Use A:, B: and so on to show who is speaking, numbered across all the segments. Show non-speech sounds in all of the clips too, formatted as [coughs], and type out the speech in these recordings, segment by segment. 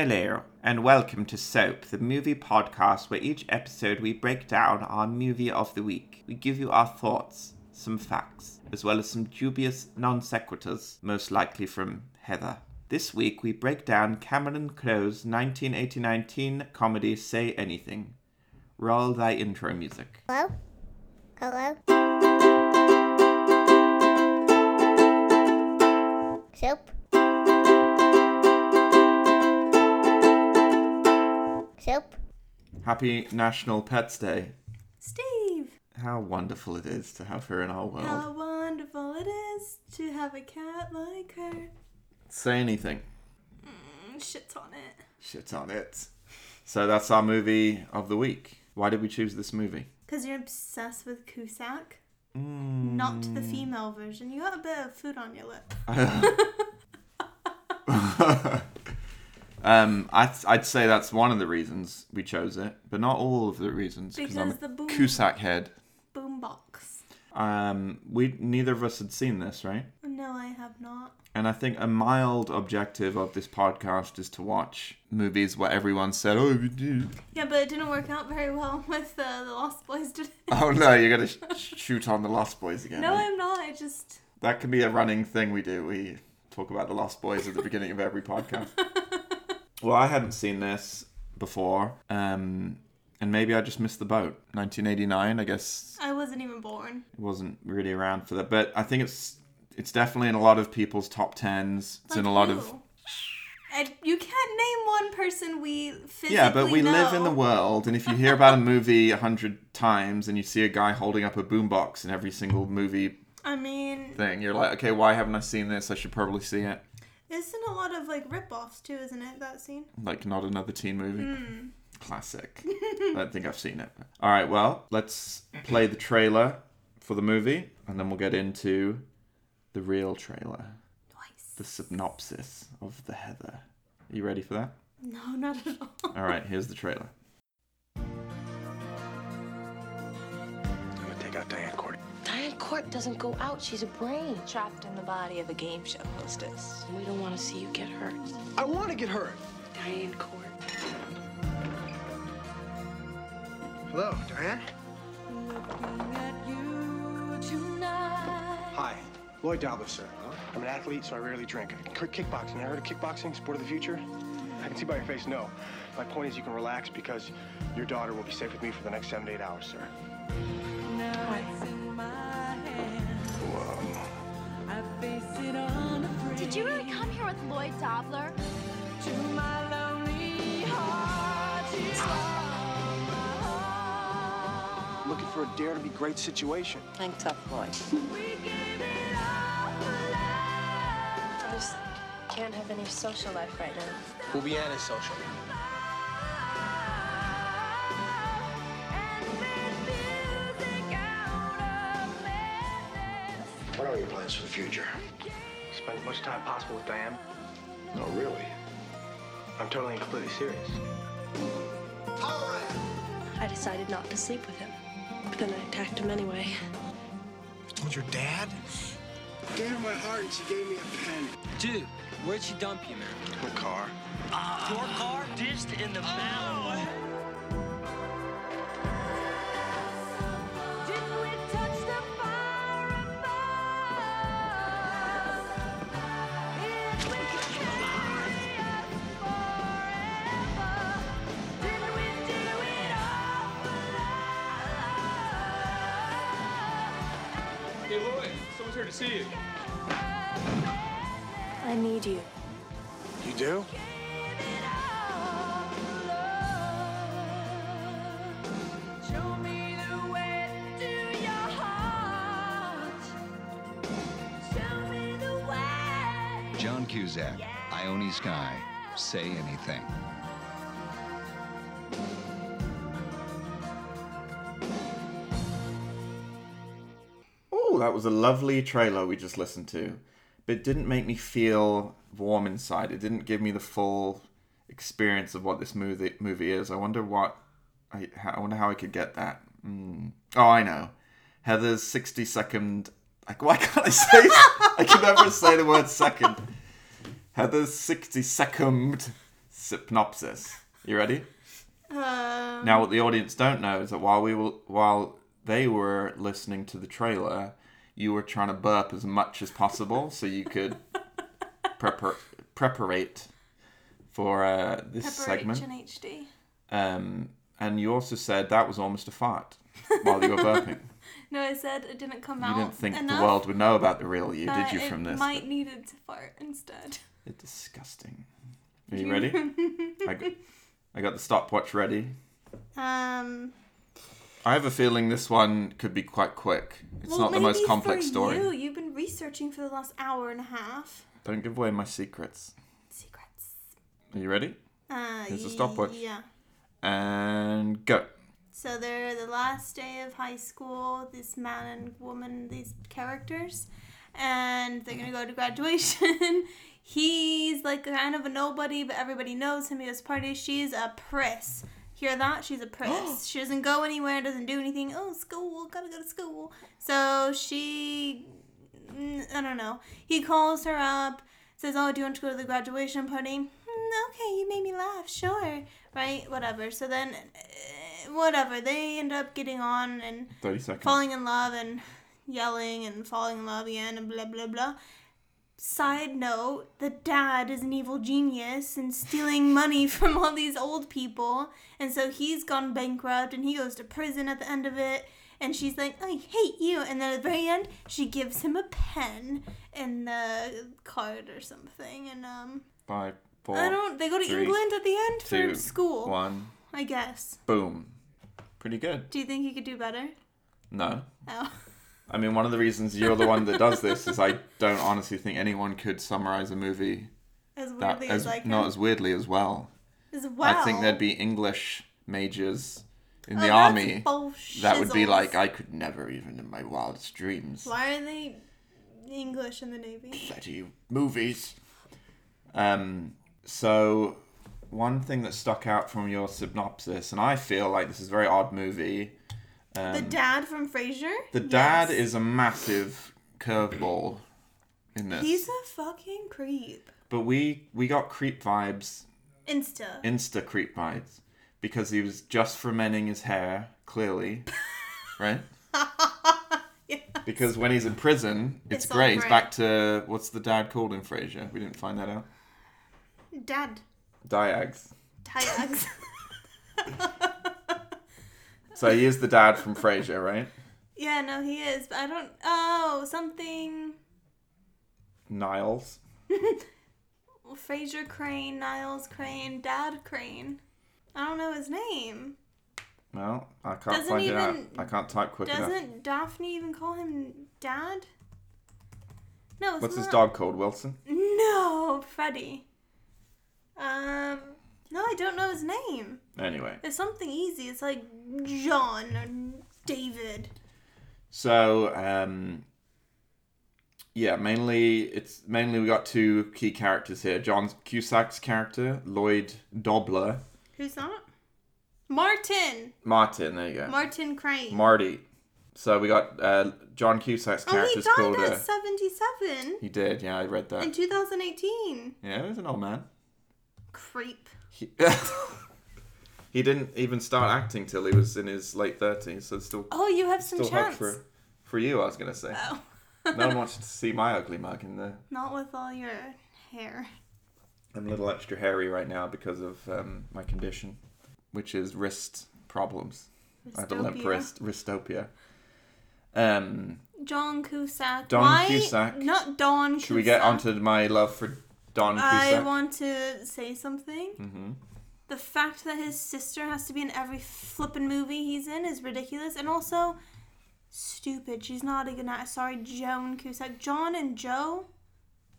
A: Hello, and welcome to Soap, the movie podcast where each episode we break down our movie of the week. We give you our thoughts, some facts, as well as some dubious non sequiturs, most likely from Heather. This week we break down Cameron Crowe's 1989 teen comedy Say Anything. Roll thy intro music.
B: Hello? Hello? Soap? Soap?
A: Happy National Pets Day.
C: Steve,
A: How wonderful it is to have her in our world.
C: how wonderful it is to have a cat like her.
A: Say anything.
C: Mm, shit's on it.
A: Shit on it. So that's our movie of the week. Why did we choose this movie?
C: Because you're obsessed with Cusack. Not the female version. You got a bit of food on your lip.
A: Um, I I'd say that's one of the reasons we chose it, but not all of the reasons. I'm
C: Because the
A: a
C: boom-
A: Cusack head.
C: Boombox.
A: Um, we neither of us had seen this, right?
C: No, I have not.
A: And I think a mild objective of this podcast is to watch movies where everyone said, "Oh, you do." [laughs]
C: Yeah, but it didn't work out very well [laughs] with uh, the Lost Boys, did it?
A: oh no, you're gonna sh- shoot on the Lost Boys again.
C: [laughs] No,
A: eh?
C: I'm not. I just.
A: That can be a running thing we do. We talk about the Lost Boys at the beginning of every
C: [laughs]
A: podcast. well, I hadn't seen this before, um, and maybe I just missed the boat. 1989, I guess
C: I wasn't even born.
A: it wasn't really around for that, but I think it's it's definitely in a lot of people's top tens. It's in
C: Like
A: a lot
C: you.
A: of
C: And you can't name one person we physically
A: yeah, but we live
C: know.
A: in the world, and if you hear
C: [laughs]
A: about a movie a hundred times and you see a guy holding up a boombox in every single movie
C: I mean,
A: thing, you're like, okay, why haven't I seen this? I should probably see it.
C: isn't a lot of like rip-offs too, isn't it? That scene.
A: like not another teen movie. Classic. I don't think I've seen it. All right, well, let's play the trailer for the movie and then we'll get into the real trailer,
C: Nice.
A: the synopsis of the Heather. Are you ready for that?
C: No, [laughs] not at all.
A: All right, here's the trailer.
D: I'm gonna take out Diane Court.
E: Diane Court doesn't go out. She's a brain.
F: trapped in the body of a game show hostess.
E: We don't want to see you get hurt.
D: I want to get hurt.
E: Diane Court.
D: Hello, Diane. Hi, Lloyd Dobler, sir. I'm an athlete, so I rarely drink. I quit kickboxing. I heard of kickboxing, sport of the future. I can see by your face, no. My point is, you can relax because your daughter will be safe with me for the next seven to eight hours, sir.
G: Did you really come here with Lloyd Dobler?
D: Looking for a dare to be great situation.
F: Hang tough, boy.
E: I just can't have any social life right now.
D: We'll be antisocial.
H: What are your plans for the future?
D: Spend as much time possible with Diane.
H: No, really.
D: I'm totally and completely serious.
E: I decided not to sleep with him. But then I attacked him anyway.
H: Told your dad?
D: Gave her my heart and she gave me a pen.
I: Dude, where'd she dump you, man?
D: Her car.
I: Your car ditched in the valley.
J: Hey Lloyd, someone's here to see you.
E: I need you.
D: You do?
J: John Cusack, Ione Sky, say anything.
A: Oh, that was a lovely trailer we just listened to, but it didn't make me feel warm inside. It didn't give me the full experience of what this movie movie is. I wonder what I, I wonder how I could get that. Mm. Oh, I know. Heather's sixty second. Like, [laughs] why can't I say? I can never say the word second. Heather's sixty second synopsis. You ready?
C: Uh,
A: Now, what the audience don't know is that while we were, while they were listening to the trailer, you were trying to burp as much as possible so you could prepar- preparate for uh, this segment.
C: Preparation HD.
A: Um, and you also said that was almost a fart while you were burping.
C: [laughs] No, I said it didn't come
A: you
C: out.
A: didn't think
C: Oh, enough.
A: the world would know about the real you,
C: that
A: did you?
C: it
A: From this,
C: might needed to fart instead.
A: it's
C: [laughs]
A: disgusting. Are you ready? I got, I got the stopwatch ready.
C: Um,
A: I have a feeling this one could be quite quick. It's
C: well,
A: not the most
C: maybe
A: complex
C: for
A: story.
C: You, you've been researching for the last hour and a half.
A: Don't give away my secrets.
C: Secrets.
A: Are you ready?
C: Uh,
A: Here's the stopwatch.
C: Yeah.
A: And go.
C: So they're the last day of high school, this man and woman, these characters, and they're gonna go to graduation. [laughs] He's like kind of a nobody, but everybody knows him. He goes to parties. She's a priss. Hear that? She's a priss. she doesn't go anywhere, doesn't do anything. Oh, school, gotta go to school. So she, mm, I don't know. He calls her up, says, "Oh, do you want to go to the graduation party?" "Mm, okay, you made me laugh. Sure, right, whatever. So then, uh, whatever. They end up getting on and
A: 30 seconds.
C: falling in love and yelling and falling in love again and blah blah blah. Side note, the dad is an evil genius and stealing money [laughs] from all these old people, and so he's gone bankrupt and he goes to prison at the end of it. And she's like, I hate you. And then at the very end, she gives him a pen and the card or something. And um,
A: Five, four,
C: I don't. They go to
A: three,
C: England at the end for
A: two,
C: school.
A: One.
C: I guess.
A: Boom. Pretty good.
C: Do you think you could do better?
A: No.
C: Oh. [laughs]
A: I mean, one of the reasons you're the one that does this is I don't honestly think anyone could summarize a movie
C: As weirdly
A: that
C: as,
A: as,
C: I can.
A: not as weirdly as well.
C: as well.
A: I think there'd be English majors in
C: Oh,
A: the
C: that's
A: army
C: bull
A: that would be
C: shizzles.
A: like, I could never even in my wildest dreams.
C: Why are they English in the Navy?
A: bloody movies. Um, so one thing that stuck out from your synopsis, and I feel like this is a very odd movie. Um,
C: the dad from Frasier?
A: the dad is a massive curveball in this,
C: He's a fucking creep.
A: but we we got creep vibes,
C: Insta.
A: insta creep vibes, because he was just fermenting his hair
C: [laughs]
A: clearly, right? Because when he's in prison, it's,
C: It's all
A: grey. He's
C: grey.
A: back to what's the dad called in Frasier? We didn't find that out.
C: dad.
A: Diags. [laughs]
C: Tyags.
A: So he is the dad from Frasier, right?
C: [laughs] yeah, no, he is. But I don't. Oh, something.
A: Niles.
C: Frasier Crane, Niles Crane, Dad Crane. I don't know his name.
A: Well, I can't
C: Doesn't
A: find it out.
C: even-
A: I can't type quick enough.
C: Doesn't Daphne even call him Dad? No, it's
A: What's
C: not.
A: his dog called? Wilson.
C: No, Freddy. Um, no, I don't know his name.
A: Anyway,
C: It's something easy. It's like John or David.
A: so um, yeah, mainly it's mainly we got two key characters here: John Cusack's character, Lloyd Dobler,
C: Who's that? Martin.
A: Martin. There you go,
C: Martin Crane.
A: Marty. So we got uh, John Cusack's
C: oh, he
A: character's
C: died
A: called.
C: at
A: Uh,
C: 77
A: he did. Yeah, I read
C: in
A: that.
C: 2018.
A: Yeah, he was an old man.
C: Creep.
A: He, [laughs] he didn't even start acting till he was in his late thirties, so it's still
C: Oh, you have some
A: still hope
C: chance.
A: for for you. I was gonna say.
C: Oh.
A: no
C: [laughs]
A: one wants to see my ugly mug, and the,
C: Not with all your hair.
A: I'm a little extra hairy right now because of um, my condition, which is wrist problems. I have a limp
C: Rhistopia.
A: wrist, wristopia. Um,
C: John Cusack.
A: Don
C: Why-
A: Cusack.
C: Not Don Cusack.
A: should we get onto my love for Don
C: I
A: Cusack?
C: want to say something.
A: Mm-hmm.
C: The fact that his sister has to be in every flippin' movie he's in is ridiculous, and also stupid. She's not a good night. Sorry, Joan Cusack. John and Joe,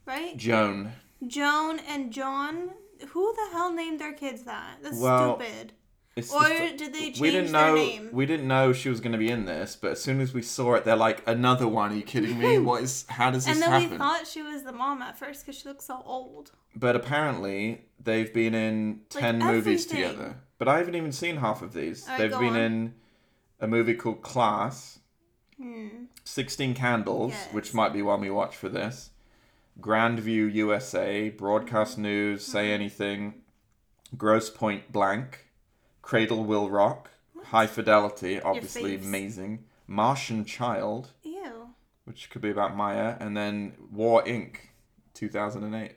C: right?
A: Joan.
C: Joan and John. Who the hell named their kids that? That's
A: Well,
C: stupid.
A: It's
C: Or
A: just-
C: did they
A: we
C: change
A: didn't
C: their
A: know,
C: name?
A: We didn't know she was going to be in this, but as soon as we saw it, they're like, "Another one? Are you kidding
C: [laughs]
A: me? What is? How does this
C: And then
A: happen?"
C: we thought she was the mom at first because she looks so old.
A: but apparently they've been in
C: Like
A: 10 movies
C: everything.
A: together but i haven't even seen half of these
C: Alright,
A: they've
C: go
A: been
C: on.
A: in a movie called class 16 candles which
C: Hmm. Yes.
A: might be one we watch for
C: Mm-hmm.
A: this grandview usa broadcast news say anything Gross Point Blank, Cradle Will Rock, High Fidelity, obviously
C: faves.
A: amazing, Martian Child,
C: Ew.
A: which could be about Maya, and then War Inc. 2008.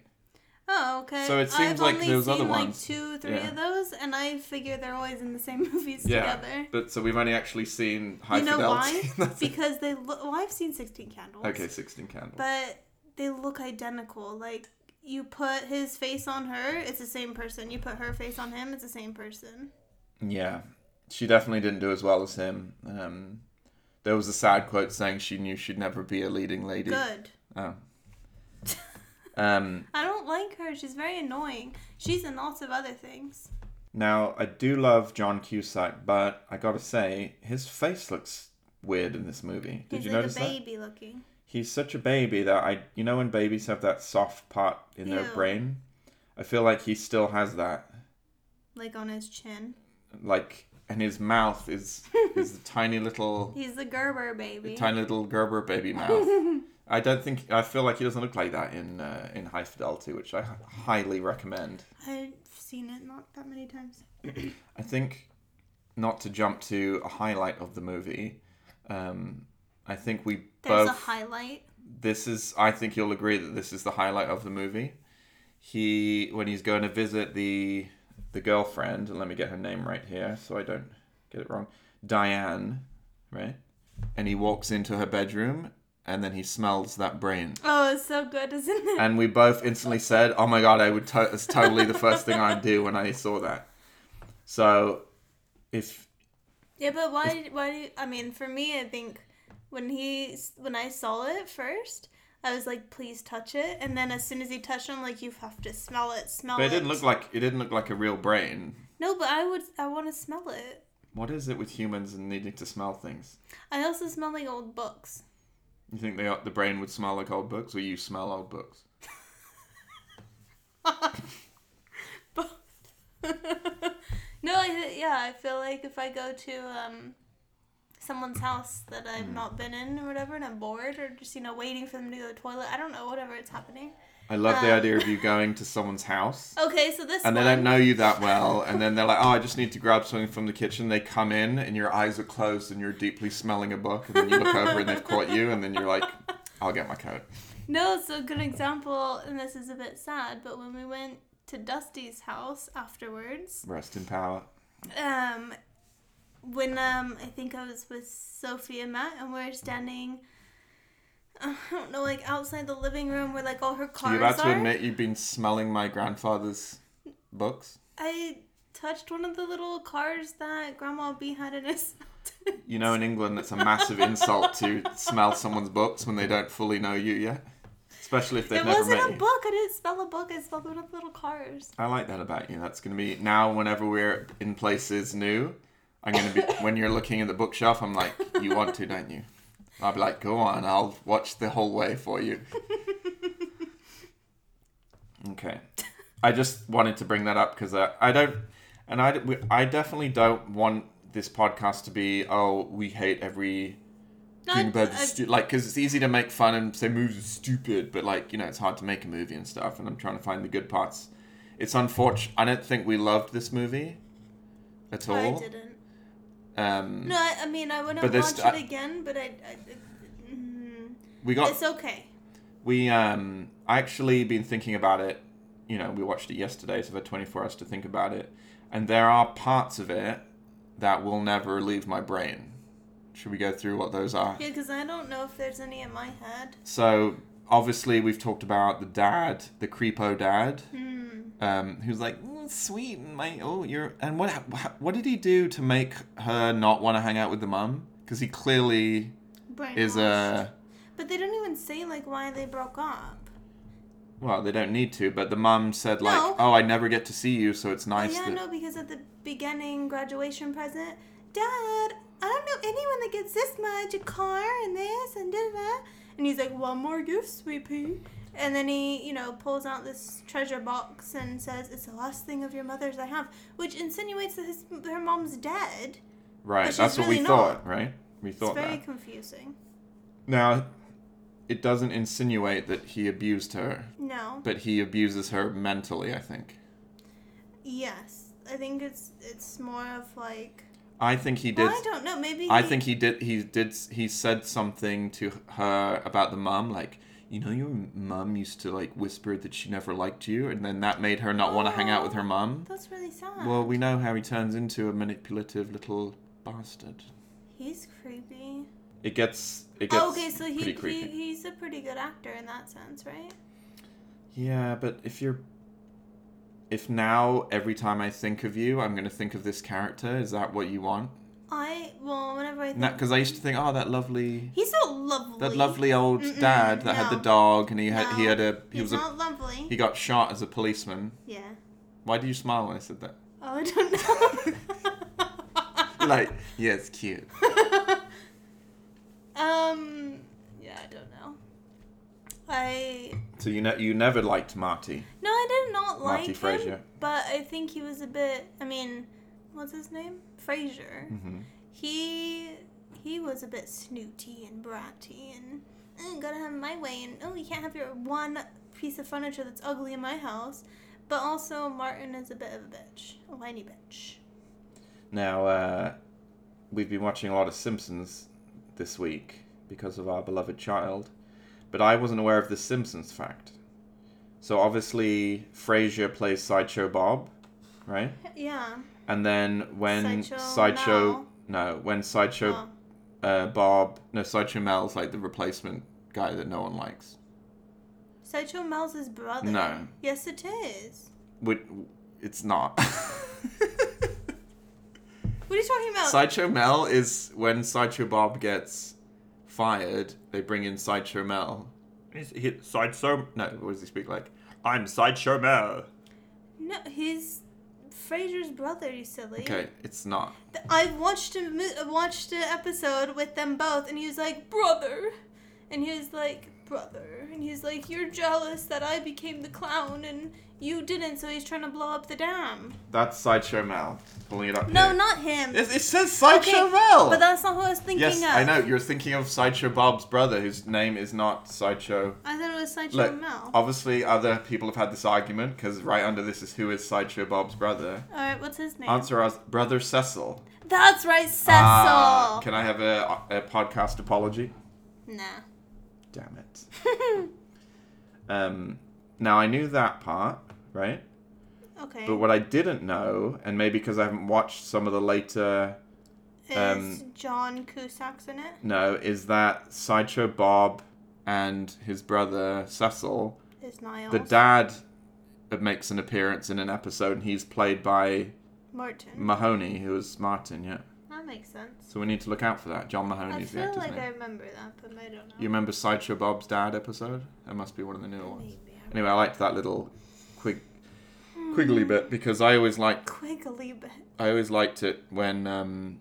C: Oh, okay.
A: So it seems
C: I've
A: like
C: only
A: those
C: seen
A: other
C: like
A: ones-
C: two, three
A: yeah.
C: of those, and I figure they're always in the same [laughs] movies
A: Yeah,
C: together.
A: but so we've only actually seen High
C: you know
A: Fidelity. [laughs]
C: why?
A: That's it.
C: because they look. Well, I've seen Sixteen Candles.
A: okay, Sixteen Candles.
C: But they look identical. Like you put his face on her, it's the same person. You put her face on him, it's the same person.
A: Yeah, she definitely didn't do as well as him. Um, there was a sad quote saying she knew she'd never be a leading lady.
C: Good.
A: Oh. um,
C: I don't like her. She's very annoying. She's in lots of other things.
A: now I do love John Cusack, but I gotta say his face looks weird in this movie. Did
C: He's
A: you
C: like
A: notice
C: a
A: that?
C: baby looking.
A: He's such a baby that I, you know, when babies have that soft part in their
C: Ew.
A: brain, I feel like he still has that.
C: Like on his chin.
A: Like, and his mouth
C: [laughs]
A: is is the tiny little
C: He's the Gerber baby.
A: tiny little Gerber baby mouth. I don't think I feel like he doesn't look like that in uh, in High Fidelity, which I h- highly recommend.
C: I've seen it not that many times.
A: I think not to jump to a highlight of the movie. Um, I think we
C: There's
A: both.
C: a highlight.
A: this is. I think you'll agree that this is the highlight of the movie. He when he's going to visit the the girlfriend. and Let me get her name right here, so I don't get it wrong. Diane, right? And he walks into her bedroom, and then he smells that brain.
C: Oh, it's so good,
A: [laughs]
C: isn't it?
A: and we both instantly said, "Oh my god, I would. To- it's totally the first thing I'd do when I saw that." So, if
C: Yeah, but why? Why do you, I mean? For me, I think when he when I saw it first, I was like, "Please touch it," and then as soon as he touched him, like, "You have to smell it, smell
A: but
C: it."
A: it didn't look like it didn't look like a real brain.
C: No, but I would. I want to smell it.
A: What is it with humans and needing to smell things?
C: I also smell like old books.
A: You think they, the brain would smell like old books, or you smell old books?
C: No, I yeah, I feel like if I go to um someone's house that
A: Hmm.
C: I've not been in or whatever, and I'm bored or just you know waiting for them to go to the toilet, I don't know whatever it's happening.
A: I love the idea of you going to someone's house.
C: Okay, so this
A: And they
C: one,
A: don't know you that well, and then they're like, "Oh, I just need to grab something from the kitchen." They come in, and your eyes are closed, and you're deeply smelling a book. And then you look over, and they've caught you, and then you're like, "I'll get my coat."
C: No, so a good example, and this is a bit sad, but when we went to Dusty's house afterwards,
A: Rest in power.
C: um, when um, I think I was with Sophie and Matt, and we are standing, [laughs] I don't know, like outside the living room where like all her cars
A: You're about
C: are.
A: to admit you've been smelling my grandfather's books.
C: I touched one of the little cars that Grandma B had in his.
A: [laughs] You know, in England, it's a massive insult to smell someone's books when they don't fully know you yet, especially if they've
C: it
A: never
C: wasn't
A: met
C: a
A: you.
C: book. I didn't spell a book. I spelled one of the little cars.
A: I like that about you. That's going to be now. Whenever we're in places new, I'm going to be when you're looking at the bookshelf. I'm like, you want to, don't you? I'll be like, go on. I'll watch the whole way for you. okay, I just wanted to bring that up because I, I don't, and I we- I definitely don't want this podcast to be oh we hate every. Thing
C: I-
A: about the stu- like, because it's easy to make fun and say movies are stupid, but like, you know, it's hard to make a movie and stuff. And I'm trying to find the good parts it's unfortunate. I don't think we loved this movie at all.
C: I didn't.
A: Um,
C: No, I, I mean I wouldn't
A: But
C: watch
A: there's-
C: it
A: I-
C: again, but I. I it, mm,
A: we got
C: It's okay.
A: we um. I actually been thinking about it. You know, we watched it yesterday, so I've had 24 hours to think about it. And there are parts of it that will never leave my brain. Should we go through what those are?
C: Yeah, because I don't know if there's any in my head.
A: So obviously we've talked about the dad, the creepo dad,
C: Hmm.
A: um, who's like "Mm, sweet and my oh you're and what what did he do to make her not want to hang out with the mum? Because he clearly is uh, a
C: But they don't even say like why they broke up.
A: well they don't need to, but the mum said like
C: No.
A: oh I never get to see you, so it's nice
C: yeah,
A: that
C: no, because at the beginning graduation present, Dad, I don't know anyone that gets this much a car and this and da da. da." And he's like, one more gift, sweet pea. And then he, you know, pulls out this treasure box and says, "It's the last thing of your mother's I have," which insinuates that his her mom's dead.
A: right
C: she's
A: that's what we
C: really not.
A: thought right we
C: It's
A: thought
C: very
A: that
C: confusing.
A: now it doesn't insinuate that he abused her,
C: No.
A: but he abuses her mentally I think.
C: Yes, I think it's it's more of like
A: I think he did.
C: Well, I don't know. Maybe
A: I think he did. He did. s- He said something to her about the mum, like you know, your mum used to like whisper that she never liked you, and then that made her not want to hang out with her mum.
C: Oh, that's really sad.
A: Well, we know how he turns into a manipulative little bastard.
C: he's creepy.
A: It gets. It gets
C: Oh, okay, so he,
A: pretty
C: he
A: creepy.
C: he's a pretty good actor in that sense, right?
A: Yeah, but if you're. If now every time I think of you, I'm gonna think of this character. Is that what you want?
C: I well, whenever I think
A: Because I used to think, oh, that lovely,
C: he's so lovely.
A: that lovely old
C: Mm-mm,
A: dad that had
C: no.
A: the dog, and he had he
C: No,
A: had a he
C: He's
A: was a
C: not lovely.
A: He got shot as a policeman.
C: yeah.
A: Why do you smile when I said that? [laughs]
C: Oh, I don't know.
A: You're like, yeah, it's cute.
C: [laughs] um. Yeah, I don't know. I
A: So you ne- you never liked Marty.
C: no, I did not like
A: Marty
C: him,
A: Frazier.
C: but I think he was a bit. I mean, what's his name? Frazier.
A: Mm-hmm.
C: He he was a bit snooty and bratty and "Mm, gotta have my way and oh, you can't have your one piece of furniture that's ugly in my house. But also, Martin is a bit of a bitch, a whiny bitch.
A: Now uh, we've been watching a lot of Simpsons this week because of our beloved child, but I wasn't aware of this Simpsons fact. So obviously Frasier plays Sideshow Bob,
C: [laughs]
A: right?
C: Yeah.
A: And then when
C: Sideshow
A: Sideshow,
C: Mel.
A: no, when Sideshow
C: Oh.
A: uh, Bob, no, Sideshow Mel's like the replacement guy that no one likes.
C: Sideshow Mel's his brother.
A: No.
C: Yes, it is.
A: Would it's not. [laughs]
C: What are you talking about?
A: Sideshow Mel is when Sideshow Bob gets fired, they bring in Sideshow Mel. Is he Sideshow? No, what does he speak like? I'm Sideshow Mel.
C: no, he's Fraser's brother. You silly.
A: Okay, it's not.
C: Th- I watched a mo- uh, watched an episode with them both, and he was like brother, and he was like brother, and he's like you're jealous that I became the clown and you didn't, so he's trying to blow up the dam.
A: That's Sideshow Mel. Pulling it up.
C: No,
A: here.
C: not him.
A: It, it says Sideshow Mel.
C: But that's not who I was thinking
A: yes,
C: of.
A: I know. You're thinking of Sideshow Bob's brother, whose name is not Sideshow.
C: I thought it was Sideshow
A: Look,
C: Mel.
A: obviously other people have had this argument because right under this is who is Sideshow Bob's brother.
C: All right, what's his name?
A: Answer us, brother Cecil.
C: That's right, Cecil.
A: Ah, can I have a, a podcast apology?
C: nah.
A: Damn it.
C: [laughs]
A: um, now I knew that part, right?
C: Okay.
A: But what I didn't know, and maybe because I haven't watched some of the later,
C: Is
A: um,
C: John Cusack's in it?
A: no, is that Sideshow Bob and his brother Cecil,
C: Is Niles?
A: the dad makes an appearance in an episode, and he's played by
C: Mm-hmm. Martin.
A: Mahoney, who is Martin, yeah.
C: that makes sense.
A: So we need to look out for that. John
C: I
A: Mahoney's the
C: feel
A: actor's
C: like
A: name.
C: I remember that, but I don't know.
A: You remember Sideshow Bob's dad episode? That must be one of the newer ones.
C: Maybe.
A: Anyway, I liked that little quig, quiggly bit because I always liked
C: Quickly, but
A: I always liked it when um,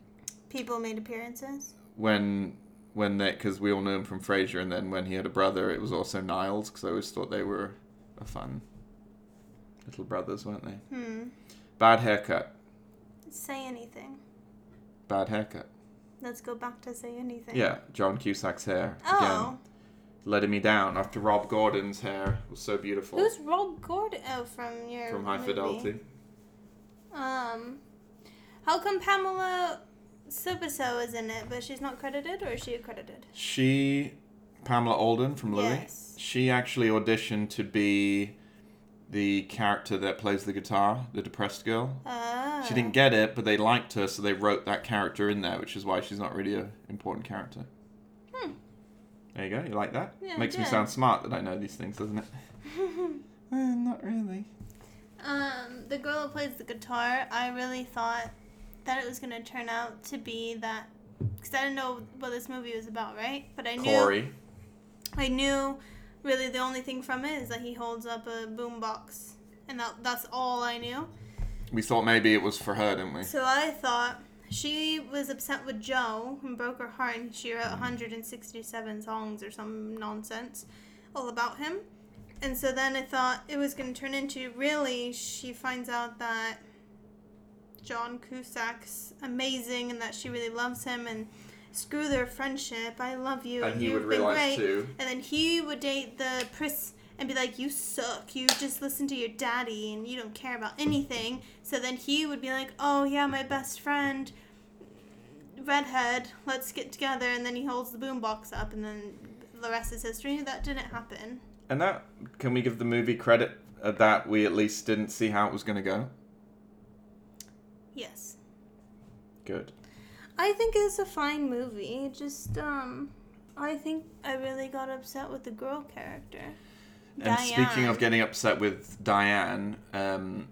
C: people made appearances.
A: when when they because we all knew him from Frasier, and then when he had a brother, it was also Niles because I always thought they were a fun little brothers, weren't they?
C: Hmm.
A: Bad haircut,
C: Say anything.
A: bad haircut.
C: Let's go back to say anything.
A: Yeah, John Cusack's hair
C: Oh,
A: again, letting me down after Rob Gordon's hair was so beautiful
C: who's Rob Gordon? Oh, from your
A: from High
C: movie.
A: Fidelity.
C: Um, how come Pamela Soboso is in it, but she's not credited, or is she credited?
A: She, Pamela Alden from Louis,
C: Yes.
A: she actually auditioned to be the character that plays the guitar, the depressed girl.
C: Oh.
A: She didn't get it, but they liked her, so they wrote that character in there, which is why she's not really an important character. Hmm. There you go. You like that?
C: Yeah, I
A: Makes me
C: did.
A: sound smart that I know these things, doesn't
C: [laughs]
A: it? Eh, not really.
C: Um, the girl who plays the guitar, I really thought that it was gonna turn out to be that, because I didn't know what this movie was about, right? But I knew,
A: Corey.
C: I knew, really the only thing from it is that he holds up a boombox, and that, that's all I knew.
A: We thought maybe it was for her, didn't we?
C: So I thought she was upset with Joe and broke her heart, and she wrote 167 songs or some nonsense all about him. And so then I thought it was going to turn into really, she finds out that John Cusack's amazing and that she really loves him and screw their friendship. I love you.
A: And he
C: you've
A: would
C: been
A: realize
C: great.
A: too.
C: And then he would date the Pris and be like, "You suck. You just listen to your daddy, and you don't care about anything." So then he would be like, "Oh yeah, my best friend, redhead. Let's get together." And then he holds the boombox up, and then the rest is history. That didn't happen.
A: And that can we give the movie credit uh, that we at least didn't see how it was going to go?
C: Yes,
A: Good.
C: I think it's a fine movie. It Just um, I think I really got upset with the girl character.
A: And speaking of getting upset with Diane, um,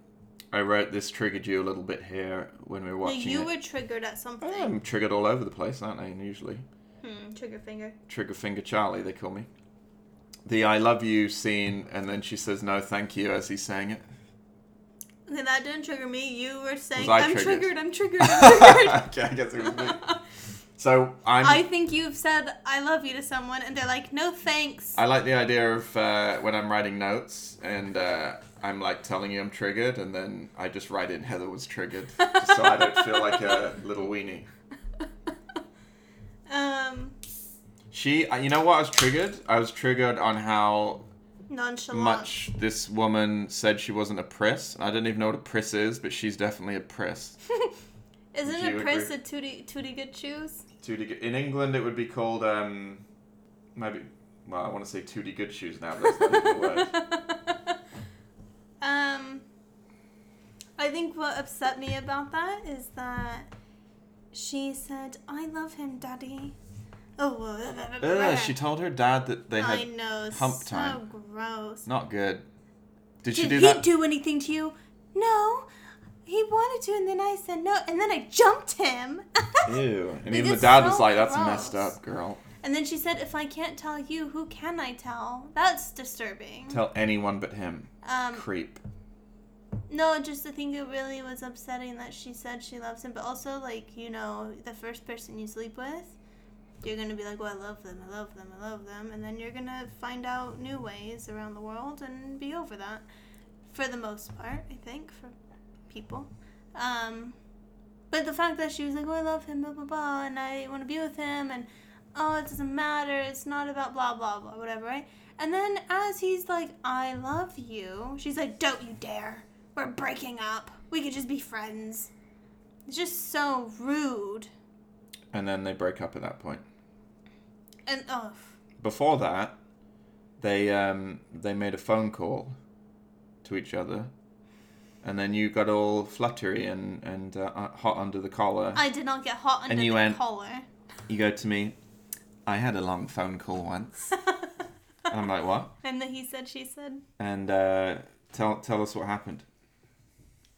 A: I wrote this triggered you a little bit here when we were
C: Yeah,
A: watching
C: you
A: it.
C: were triggered at something.
A: I'm triggered all over the place, aren't I? Usually,
C: Hmm, trigger finger.
A: trigger finger Charlie, they call me. The "I love you" scene, and then she says "No, thank you" as he's saying
C: [laughs]
A: it.
C: Okay, that didn't trigger me. You were saying,
A: Was I
C: I'm
A: triggered?
C: triggered, I'm triggered, I'm
A: [laughs]
C: triggered.
A: okay, I guess it was me. So I'm.
C: I think you've said, I love you to someone, and they're like, no thanks.
A: I like the idea of uh, when I'm writing notes and uh, I'm like telling you I'm triggered, and then I just write in Heather was triggered, just so I don't feel like a little weenie.
C: Um,
A: She, uh, you know what? I was triggered. I was triggered on how
C: nonchalant.
A: much this woman said she wasn't a priss. I don't even know what a priss is, but she's definitely a
C: [laughs]
A: priss.
C: Isn't
A: Do you
C: it Pris
A: agree?
C: a tootie, tootie good shoes?
A: Tootie Go- in England, it would be called um, maybe. Well, I want to say Tootie Good Shoes now, but that's not even a word.
C: [laughs] Um, I think what upset me about that is that she said, I love him, daddy. Oh,
A: Ugh, she told her dad that they
C: I
A: had
C: know,
A: hump
C: so
A: time.
C: gross.
A: Not good. Did she
C: Did
A: do
C: he
A: that?
C: do anything to you? No. He wanted to, and then I said no, and then I jumped him. [laughs]
A: Ew. And
C: They
A: even the
C: did
A: dad was
C: so
A: like, "That's
C: gross.
A: messed up, girl."
C: and then she said, "If I can't tell you, who can I tell?" That's disturbing.
A: Tell anyone but him.
C: um,
A: Creep.
C: no, just I think it really was upsetting that she said she loves him, but also like you know, the first person you sleep with, you're gonna be like, "Well, I love them, I love them, I love them," and then you're gonna find out new ways around the world and be over that, for the most part, I think, for people. Um, but the fact that she was like, "Oh, I love him, blah blah blah," and I want to be with him, and oh, it doesn't matter. It's not about blah blah blah, whatever, right? And then as he's like, "I love you," she's like, "Don't you dare! We're breaking up. We could just be friends." It's just so rude.
A: And then they break up at that point.
C: And oh,
A: Before that, they um, they made a phone call to each other, and then you got all fluttery and and uh, hot under the collar.
C: I did not get hot under
A: And you
C: the
A: went-
C: collar.
A: you go to me. I had a long phone call once, and I'm like, "What?"
C: And then he said, she said.
A: And uh, tell tell us what happened.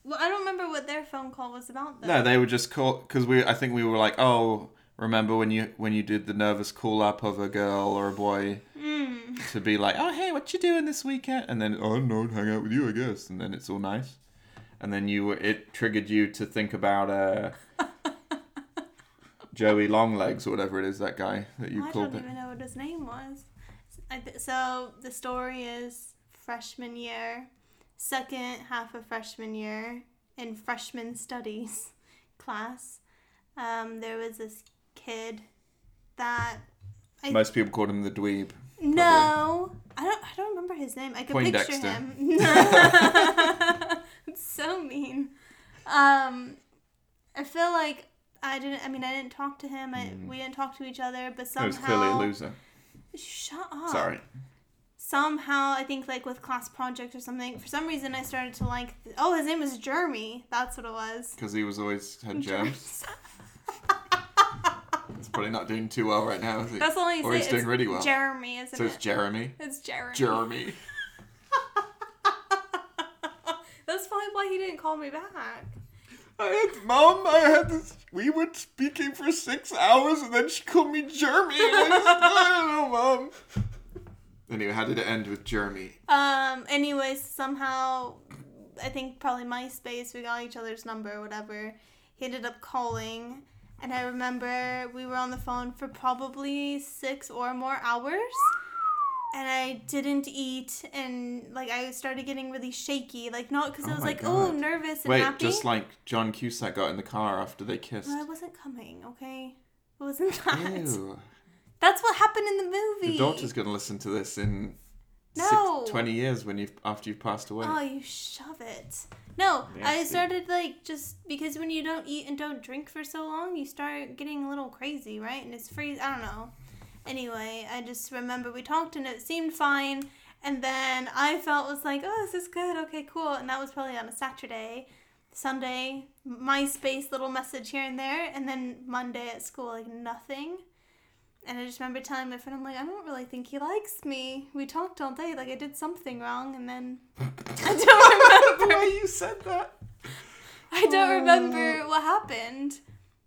C: Well, I don't remember what their phone call was about. Though.
A: No, they were just call because we. I think we were like, oh, remember when you when you did the nervous call up of a girl or a boy
C: Hmm.
A: to be like, oh hey, what you doing this weekend? And then oh no, I'd hang out with you, I guess. And then it's all nice. And then you were it triggered you to think about
C: [laughs]
A: uh, Joey Longlegs or whatever it is that guy that you
C: I
A: called
C: don't
A: it.
C: even know what his name was. I th- so the story is freshman year, second half of freshman year in freshman studies [laughs] class. Um, there was this kid that I-
A: Most people called him the dweeb.
C: no, I don't. I don't remember his name. I could picture
A: Poindexter. [laughs]
C: him. [laughs] it's so mean. Um, I feel like I didn't. I mean, I didn't talk to him. I, We didn't talk to each other. But
A: He Mm.
C: somehow,
A: was clearly a loser.
C: Shut up.
A: Sorry.
C: Somehow, I think like with class project or something. For some reason, I started to like. th- oh, his name was Jeremy. That's what it was.
A: Because he was always had
C: [laughs]
A: germs. He's probably not doing too well right now, is he?
C: That's all I say.
A: Or he's doing
C: It's
A: really well.
C: Jeremy, isn't
A: so
C: it?
A: it's Jeremy.
C: it's Jeremy. [laughs]
A: Jeremy.
C: That's probably why he didn't call me back.
A: I had mom. I had this. We were speaking for six hours, and then she called me Jeremy. And I, just, I don't know, mom. Anyway, how did it end with Jeremy?
C: Um. Anyways, somehow, I think probably MySpace. We got each other's number, or whatever. He ended up calling, and I remember we were on the phone for probably six or more hours, and I didn't eat, and like I started getting really shaky, like not because
A: Oh
C: I was
A: my
C: like oh
A: God.
C: nervous and
A: Wait,
C: happy.
A: just like John Cusack got in the car after they kissed.
C: But I wasn't coming, okay? It wasn't [laughs] that.
A: Ew.
C: That's what happened in the movie.
A: Your daughter's gonna listen to this in
C: No.
A: six, 20 years when you've after you've passed away.
C: Oh, you shove it. No, I
A: Nasty.
C: started like just because when you don't eat and don't drink for so long, you start getting a little crazy, right? And it's free. I don't know. Anyway, I just remember we talked and it seemed fine. And then I felt was like, oh, this is good. Okay, cool. And that was probably on a Saturday. Sunday, MySpace little message here and there. And then Monday at school, like nothing. And I just remember telling my friend, I'm like, I don't really think he likes me. We talked all day, like I did something wrong, and then [laughs] I don't remember.
A: Why you said that?
C: I don't remember what happened.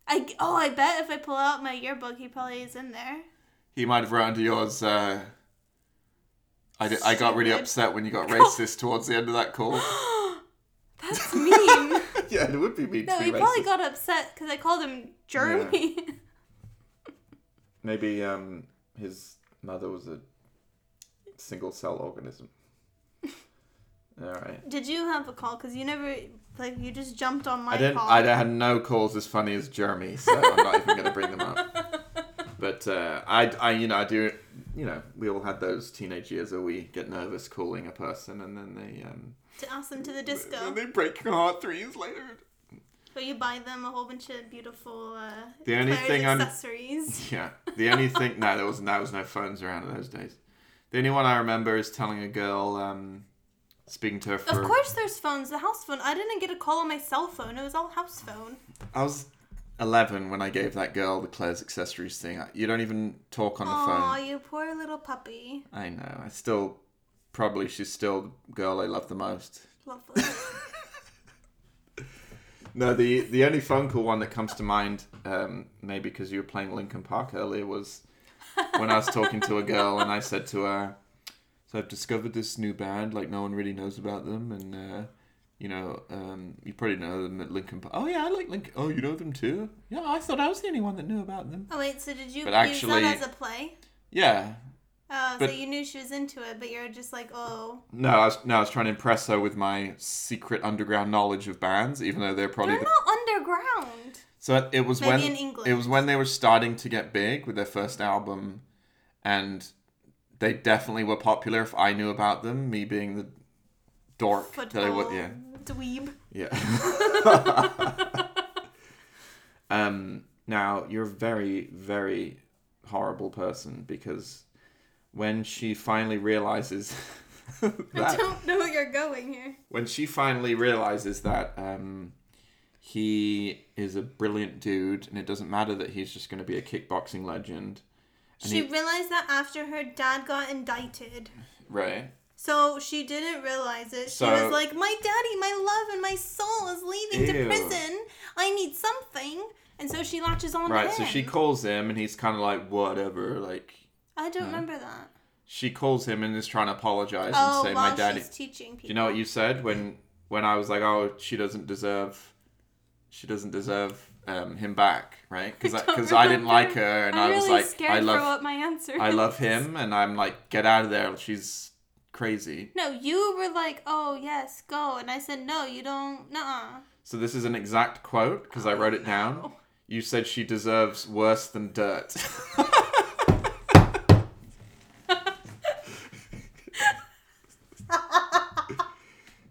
C: I oh, I bet if I pull out my yearbook, he probably is in
A: [laughs]
C: there.
A: He might have written to yours. Uh, I, did- I got really
C: Stupid.
A: upset when you
C: [laughs]
A: got racist towards the end of that call.
C: That's mean.
A: [laughs] yeah, it would be mean
C: no,
A: to
C: he
A: be
C: probably
A: racist.
C: got upset because I called him Jeremy.
A: Maybe um, his mother was a single cell [laughs] organism. All right.
C: [laughs] did you have a call? Because you never like you just jumped on my
A: I didn't.
C: call.
A: I had no calls as funny as Jeremy, so I'm not even going to bring them up. But uh, I, I, you know, I do. You know, we all had those teenage years where we get nervous calling a person, and then they, um,
C: to ask them to the
A: and
C: disco,
A: they break your heart three years later.
C: but you buy them a whole bunch of beautiful uh,
A: The only
C: Claire's
A: thing I'm-
C: accessories.
A: Yeah. The only thing no, there was there was no phones around in those days. The only one I remember is telling a girl, um, speaking to her [laughs] for.
C: Of course, there's phones. The house phone. I didn't get a call on my cell phone. It was all house phone.
A: I was eleven when I gave that girl the Claire's accessories thing. You don't even talk on the phone.
C: Aw, you poor little puppy.
A: I know. I still probably she's still the girl I love the most. [laughs]
C: Lovely.
A: No, the the only phone call one that comes to mind, um, maybe because you were playing Linkin Park earlier, was when I was talking to a girl and I said to her, "So I've discovered this new band. Like no one really knows about them, and uh, you know, um, you probably know them at Linkin Park. Oh yeah, I like Linkin. Oh, you know them too? Yeah, I thought I was the only one that knew about them.
C: oh wait, so did you
A: But
C: use
A: actually-
C: that as a play?
A: Yeah,
C: Oh, so
A: but-
C: you knew she was into it, but you're just like, oh,
A: no, I was no, I was trying to impress her with my secret underground knowledge of bands, even though they're probably
C: they're
A: the
C: not underground.
A: So it was
C: Maybe
A: when
C: in England.
A: it was when they were starting to get big with their first album, and they definitely were popular. If I knew about them, me being the dork
C: Football
A: that I was, yeah,
C: dweeb.
A: yeah.
C: [laughs]
A: um. Now you're a very, very horrible person because when she finally realizes [laughs]
C: I
A: that
C: [laughs] don't know where you're going here.
A: when she finally realizes that um, he is a brilliant dude and it doesn't matter that he's just going to be a kickboxing legend and
C: she
A: he,
C: realized that after her dad got indicted.
A: right
C: So she didn't realize it. She
A: So-
C: was like, My daddy, my love, and my soul is leaving
A: Ew.
C: to prison. I need something. And so she latches on
A: right
C: to
A: so
C: him.
A: she calls him and he's kind of like whatever like
C: I don't remember that.
A: Mm-hmm. she calls him and is trying to apologize
C: Oh,
A: and say
C: while
A: my daddy
C: she's
A: do
C: teaching people.
A: you know what you said when when i was like oh she doesn't deserve she doesn't deserve um, him back
C: [laughs]
A: right because
C: don't
A: because I, didn't like
C: remember.
A: her and
C: I'm
A: i was
C: really
A: like
C: scared
A: i love
C: for what my answer.
A: I
C: is. [laughs]
A: love him, and I'm like, get out of there. She's crazy.
C: No, you were like, "Oh yes, go," and I said, "No, you don't. Nuh-uh.
A: So this is an exact quote because I wrote it down. You said she deserves worse than dirt.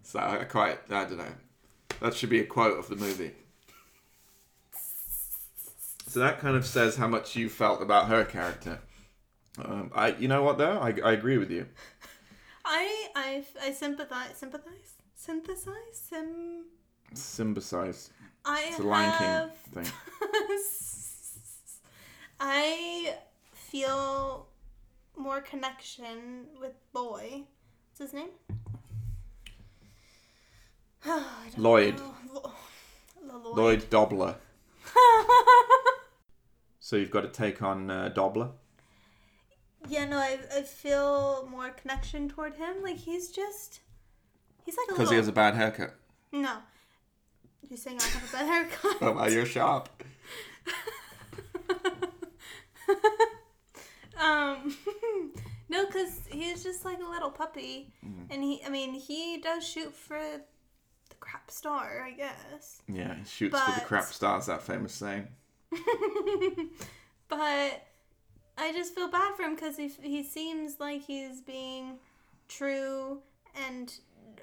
A: so I quite, I don't know. That should be a quote of the movie. So that kind of says how much you felt about her character. Um, I, you know what though, I, I agree with you.
C: I, I, I sympathize, sympathize, synthesize, sim.
A: Symbicized.
C: I
A: It's a Lion
C: have.
A: King thing.
C: [laughs] I feel more connection with boy. What's his name? [sighs] Oh, I don't
A: Lloyd.
C: know. Lo- Lloyd.
A: Lloyd Dobler. So you've got to take on uh, Dobler.
C: [laughs] Yeah, no, I, I feel more connection toward him. Like he's just, he's like a
A: Because
C: little.
A: he has a bad haircut.
C: no, you're saying I have a bad [laughs] haircut.
A: Oh, wow, you're sharp.
C: um, [laughs] no, because he's just like a little puppy, and he, I mean, he does shoot for the crap star, I guess.
A: Yeah, he shoots for the
C: But-
A: crap stars, that famous saying.
C: But I just feel bad for him because he, he seems like he's being true and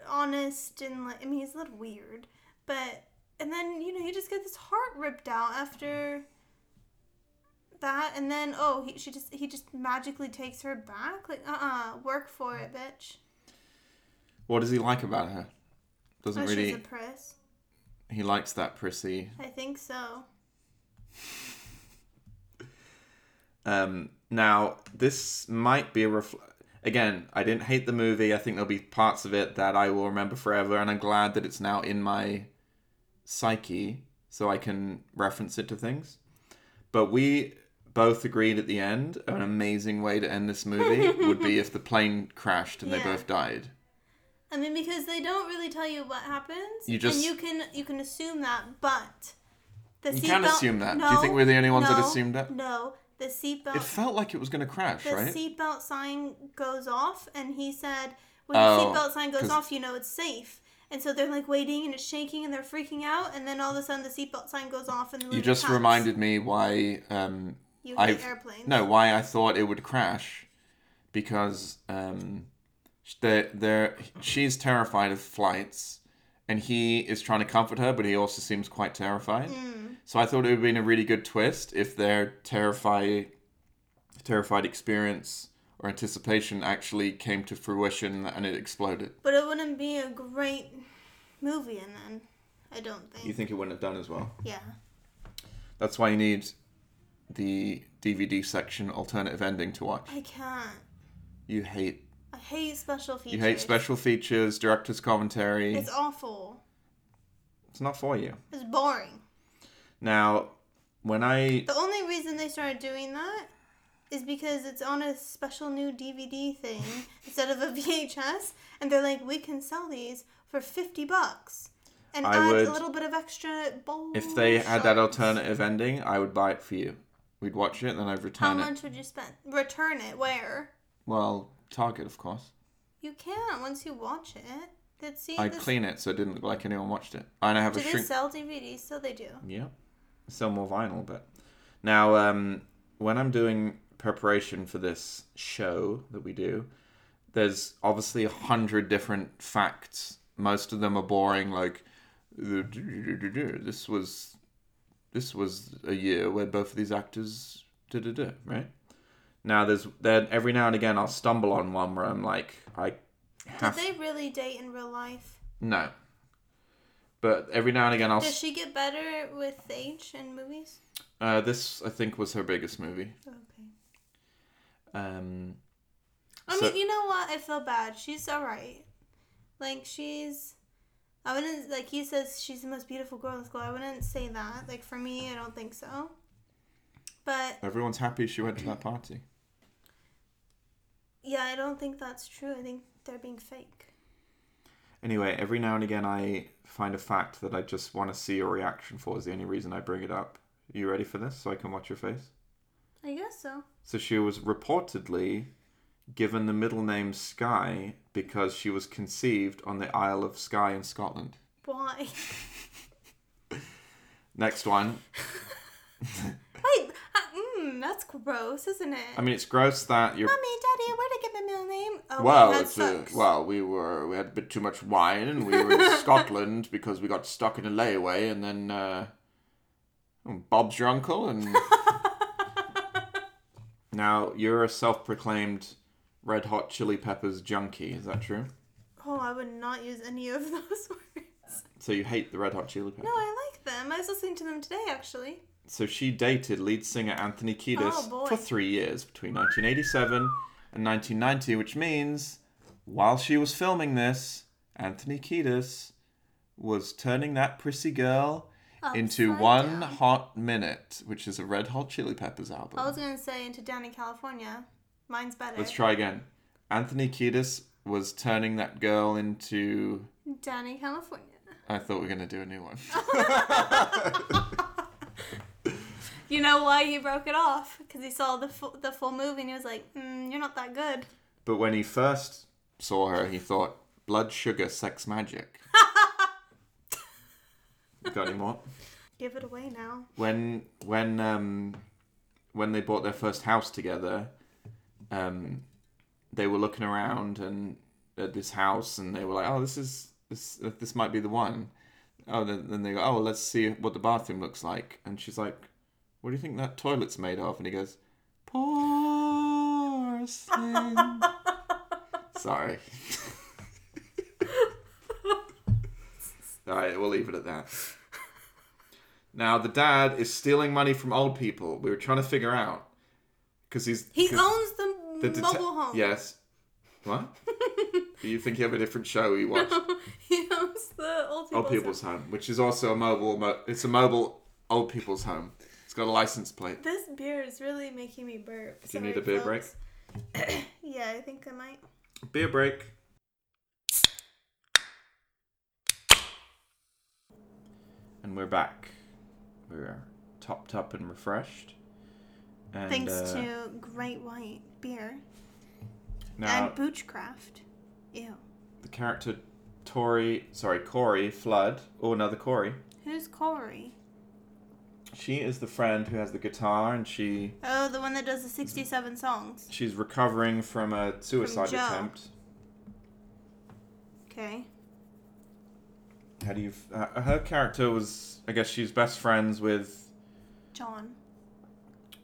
C: honest and like I mean he's a little weird, but and then you know he just gets his heart ripped out after that and then oh he she just he just magically takes her back like uh uh work for it bitch.
A: What does he like about her? Doesn't
C: Oh,
A: really.
C: she's a press.
A: He likes that prissy.
C: I think so.
A: Um, now this might be a refl- again. I didn't hate the movie. I think there'll be parts of it that I will remember forever, and I'm glad that it's now in my psyche, so I can reference it to things. But we both agreed at the end an amazing way to end this
C: [laughs]
A: movie would be if the plane crashed and they
C: Yeah.
A: both died.
C: I mean, because they don't really tell you what happens.
A: You just-
C: and you can you can assume that, but the
A: You can
C: seatbelt-
A: assume that. Do you think we're the only ones that
C: no,
A: assumed that?
C: No, the seatbelt.
A: It felt like it was going to crash,
C: the
A: right?
C: seatbelt sign goes off, and he said, "When
A: Oh,
C: the seatbelt sign goes
A: 'cause-
C: off, you know it's safe." And so they're like waiting, and it's shaking, and they're freaking out, and then all of a sudden the seatbelt sign goes off, and the
A: you
C: movie
A: just
C: cuts.
A: reminded me why um
C: You hate
A: I
C: airplanes.
A: no why I thought it would crash because um they they're she's terrified of flights and he is trying to comfort her but he also seems quite terrified so I thought it would have been a really good twist if their terrified terrified experience or anticipation actually came to fruition and it exploded
C: But it wouldn't be a great movie, and then I don't think.
A: you think it wouldn't have done as well
C: Yeah.
A: that's why you need the DVD section alternative ending to watch
C: I can't.
A: you hate
C: I hate special features.
A: You hate special features, director's commentary.
C: It's
A: It's,
C: awful.
A: not for you.
C: It's boring.
A: Now, when I
C: The only reason they started doing that is because it's on a special new DVD thing
A: [laughs]
C: instead of a VHS, and they're like, we can sell these for fifty bucks and
A: I
C: add
A: would-
C: a little bit of extra bowl.
A: if they had that
C: shards."
A: alternative ending, I would buy it for you. We'd watch it, then I'd
C: how
A: return it.
C: much would you spend? Return it where?
A: Well, Target, of course.
C: You can't once you watch it. Let's see.
A: I'd
C: this-
A: clean it so it didn't look like anyone watched it. And I have
C: Do
A: a
C: they
A: shrink.
C: sell DVDs? So they do.
A: Yeah. Sell more vinyl, but now um, when I'm doing preparation for this show that we do, there's obviously a hundred different facts. Most of them are boring, like this was this was a year where both of these actors did it, right? Now there's then every now and again I'll stumble on one where I'm like I
C: Did
A: have
C: they really date in real life?
A: no. But every now and again I'll
C: Does she get better with age in movies?
A: Uh, this I think was her biggest movie.
C: Okay.
A: Um,
C: I
A: So-
C: mean, you know what? I feel bad. She's alright. Like she's, I wouldn't like he says she's the most beautiful girl in school. I wouldn't say that. Like for me, I don't think so. But
A: everyone's happy she went to that party.
C: yeah, I don't think that's true. I think they're being fake.
A: Anyway, every now and again I find a fact that I just want to see your reaction for is the only reason I bring it up. you ready for this so I can watch your face?
C: I guess so.
A: So she was reportedly given the middle name Sky because she was conceived on the Isle of Skye in Scotland.
C: Why? [laughs]
A: Next one.
C: Wait, I, mm, that's gross, isn't it?
A: I mean, it's gross that you're.
C: Mommy, Daddy, where to get my middle name? Oh,
A: Well,
C: that
A: it's a,
C: sucks.
A: well, we were we had a bit too much wine, and we were
C: [laughs]
A: in Scotland because we got stuck in a layaway, and then uh, oh, Bob's your uncle,
C: [laughs]
A: and now you're a self-proclaimed Red Hot Chili Peppers junkie. Is that true?
C: oh, I would not use any of [laughs] those words.
A: So you hate the Red Hot Chili Peppers?
C: No, I like them. I was listening to them today, actually.
A: So she dated lead singer Anthony Kiedis
C: Oh, boy.
A: for three years between 1987 and 1990, which means while she was filming this, Anthony Kiedis was turning that prissy girl into
C: Upside
A: one
C: down.
A: hot minute, which is a Red Hot Chili Peppers album.
C: I was gonna say into down in California. Mine's better.
A: Let's try again. Anthony Kiedis was turning that girl into.
C: Down in California.
A: I thought we were gonna do a new
C: [laughs]
A: one.
C: You know why he broke it off? Because he saw the full, the full movie and he was like, mm, "You're not that good."
A: But when he first saw her, he thought, blood sugar, sex magic. Got any more?
C: Give it away now.
A: When when um when they bought their first house together, um they were looking around and at this house, and they were like, "Oh, this is this this might be the one." Oh, then, then they go, "Oh, let's see what the bathroom looks like," and she's like, "What do you think that toilet's made of?" And he goes, "Porcelain." Sorry. All right, we'll leave it at that. Now the dad is stealing money from old people. We were trying to figure out because he's
C: He
A: 'cause
C: owns the,
A: dete-
C: mobile home.
A: Yes. What? Do you think you have a different show you watch?
C: [laughs] he owns the old people's,
A: old people's home. which is also a mobile. Mo- it's a mobile old people's home. It's got a license plate.
C: This beer is really making me burp.
A: Do you need a beer break?
C: break? [coughs] yeah, I think I might.
A: Beer break. And we're back. We're uh, topped up and refreshed. And,
C: Thanks
A: uh,
C: to Great White Beer
A: now
C: and Boochcraft. Ew.
A: the character Tori, sorry Corey Flood. Oh, another Corey.
C: Who's Corey?
A: She is the friend who has the guitar, and she
C: Oh, the one that does the 67 songs.
A: She's recovering from a suicide
C: From jail.
A: attempt.
C: Okay.
A: How do you? f- Uh, her character was, I guess, she's best friends with
C: John.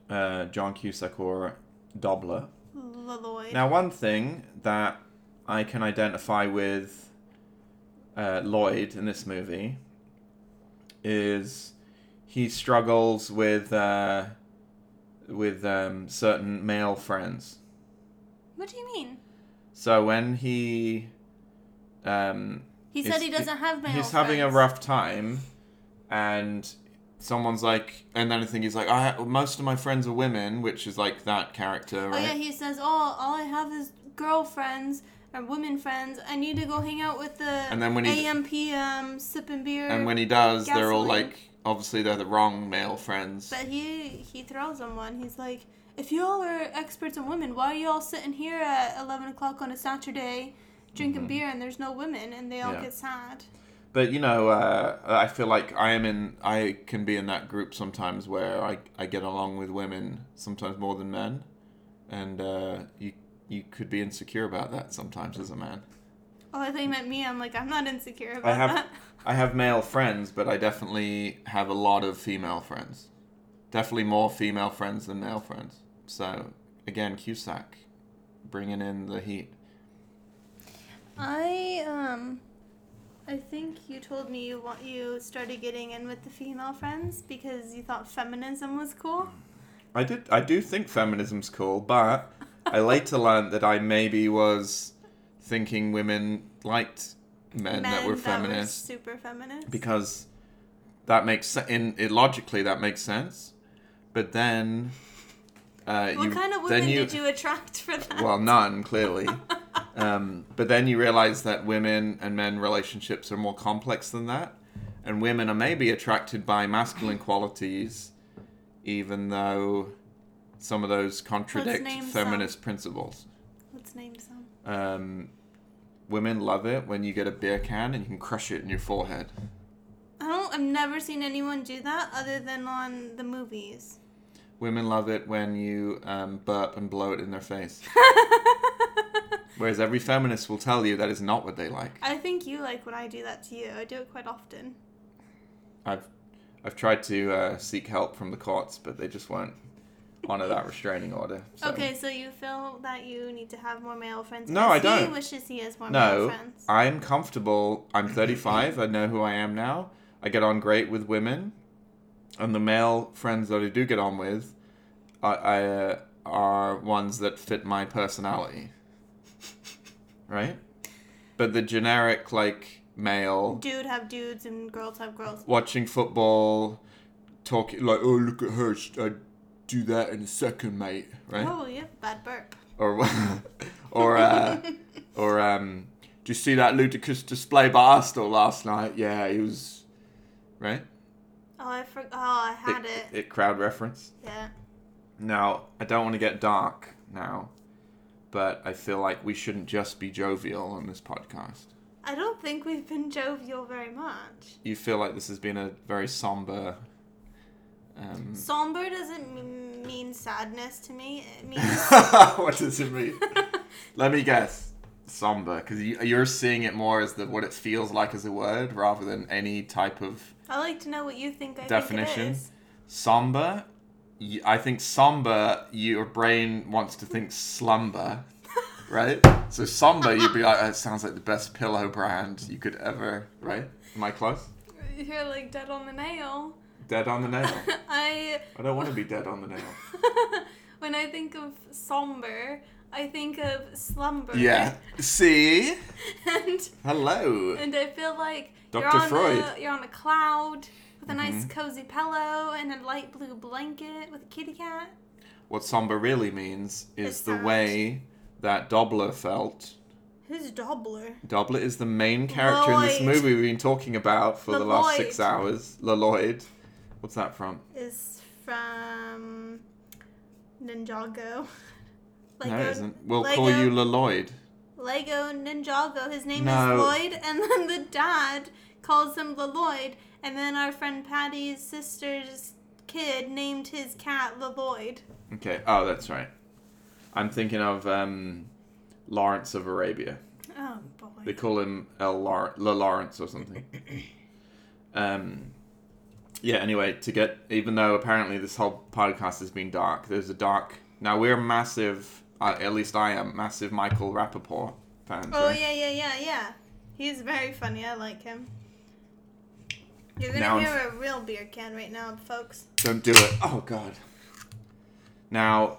A: uh, John Cusack or Dobler.
C: Lloyd.
A: Now, one thing that I can identify with uh, Lloyd in this movie is he struggles with uh, with um, certain male friends.
C: What do you mean?
A: So when he um,
C: He said
A: is-
C: he doesn't have male
A: He's having a
C: friends.
A: rough time, and someone's like, and then I think he's like, I ha- most of my friends are women, which is like that character,
C: Oh, yeah,
A: right?
C: he says, oh, all I have is girlfriends or women friends. I need to go hang out with the
A: And then when he-
C: AM, PM, sipping beer.
A: and when he does, they're all
C: gasoline.
A: like, obviously they're the wrong male friends.
C: But he he throws him one. He's like, if you all are experts on women, why are you all sitting here at eleven o'clock on a Saturday, drinking beer and there's no women and they all
A: Mm-hmm. Yeah.
C: get sad.
A: But you know, uh, I feel like I am in. I can be in that group sometimes where I, I get along with women sometimes more than men, and uh, you you could be insecure about that sometimes as a man.
C: Oh, I thought you meant me. I'm like, I'm not insecure about
A: I have
C: that.
A: I have male friends, but I definitely have a lot of female friends. Definitely more female friends than male friends. So again, Cusack bringing in the heat.
C: I um, I think you told me you want you started getting in with the female friends because you thought feminism was cool.
A: I did. I do think feminism's cool, but I later learned that I maybe was thinking women liked men, that were feminist
C: super feminist.
A: because that makes se- in it logically that makes sense. But then, uh,
C: what
A: you,
C: kind of
A: then
C: women did you attract for that?
A: well, none clearly. Um, but then you realize that women and men relationships are more complex than that, and women are maybe attracted by masculine qualities, even though some of those contradict
C: name some.
A: feminist principles.
C: Let's name some.
A: Um, women love it when you get a beer can and you can crush it in your forehead.
C: I don't. I've never seen anyone do that other than on
A: [laughs]
C: the movies.
A: Women love it when you um, burp and blow it in their face. Whereas every feminist will tell you that is not what they like.
C: I think you like when I do that to you. I do it quite often.
A: I've I've tried to uh, seek help from the courts, but they just won't honor that restraining order. so-
C: Okay, so you feel that you need to have more male friends.
A: No,
C: because
A: I don't.
C: He wishes he has more male
A: No,
C: friends.
A: I'm comfortable. I'm 35. I know who I am now. I get on great with women, and the male friends that I do get on with, I, I uh, are ones that fit my personality. [laughs] right, but the generic like male
C: Dude have dudes and girls have girls.
A: watching football, talking like, oh look at her, sh- I'd do that in a second, mate, right?
C: Oh, you have a bad burp.
A: Or, [laughs] or, uh, or um, do you see that ludicrous display by Arsenal last night? Yeah, he was, right?
C: Oh, I forgot. Oh, I had it.
A: it crowd reference.
C: Yeah.
A: Now I don't want to get dark now, but I feel like we shouldn't just be jovial on this podcast.
C: I don't think we've been jovial very much.
A: You feel like this has been a very somber. Um,
C: Somber doesn't m-
A: [laughs]
C: mean sadness to me. It means
A: what does it mean? [laughs] Let me guess. somber because you're seeing it more as the what it feels like as a word rather than any type of
C: I like to know what you think. I Think it
A: definition.
C: is.
A: Somber. y- I think somber. Your brain wants to think
C: [laughs]
A: slumber, right? So somber, you'd be like, that sounds like the best pillow brand you could ever. Right? Am I close?
C: You're like dead on the nail. [laughs]
A: Dead on the nail.
C: I [laughs]
A: I don't want to be dead on the nail.
C: when I think of somber, I think of slumber.
A: Yeah. See.
C: [laughs] and
A: Hello.
C: and I feel like you're
A: Dr.
C: on
A: Freud. Mm-hmm.
C: a you're on a cloud with a nice cozy pillow and a light blue blanket with a kitty cat.
A: What somber really means is
C: The
A: the
C: sound.
A: way that Dobler felt.
C: Who's Dobbler?
A: Dobler is the main character in this
C: Lloyd.
A: movie we've been talking about for the last six
C: Lloyd.
A: hours. Lloyd. What's that from?
C: Is from Ninjago.
A: no,
C: [laughs]
A: it
C: a-
A: isn't. We'll
C: like
A: call
C: a-
A: you Lloyd.
C: Lego Ninjago. His name
A: No.
C: is Lloyd, and then the dad calls him Lloyd, and then our friend Patty's sister's kid named his cat Lloyd.
A: Okay. Oh, that's right. I'm thinking of um, Lawrence of Arabia.
C: Oh
A: They
C: boy.
A: call him El Lar- La Lawrence or something. um, yeah. Anyway, to get even though apparently this whole podcast has been dark, there's a dark. Now we're massive. Uh, at least I am massive Michael Rappaport fans.
C: Oh
A: right?
C: yeah, yeah, yeah, yeah. He's very funny. I like him. You're gonna
A: Now I'm-
C: hear a real beer can right now, folks.
A: Don't do it. Oh god. Now,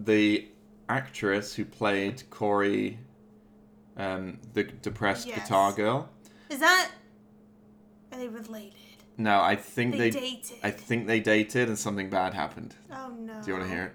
A: the actress who played Corey, um, the depressed
C: Yes.
A: guitar girl.
C: Is that? Are they related?
A: No, I think they,
C: They dated.
A: I think they dated and something bad happened.
C: Oh no.
A: Do you want to hear it?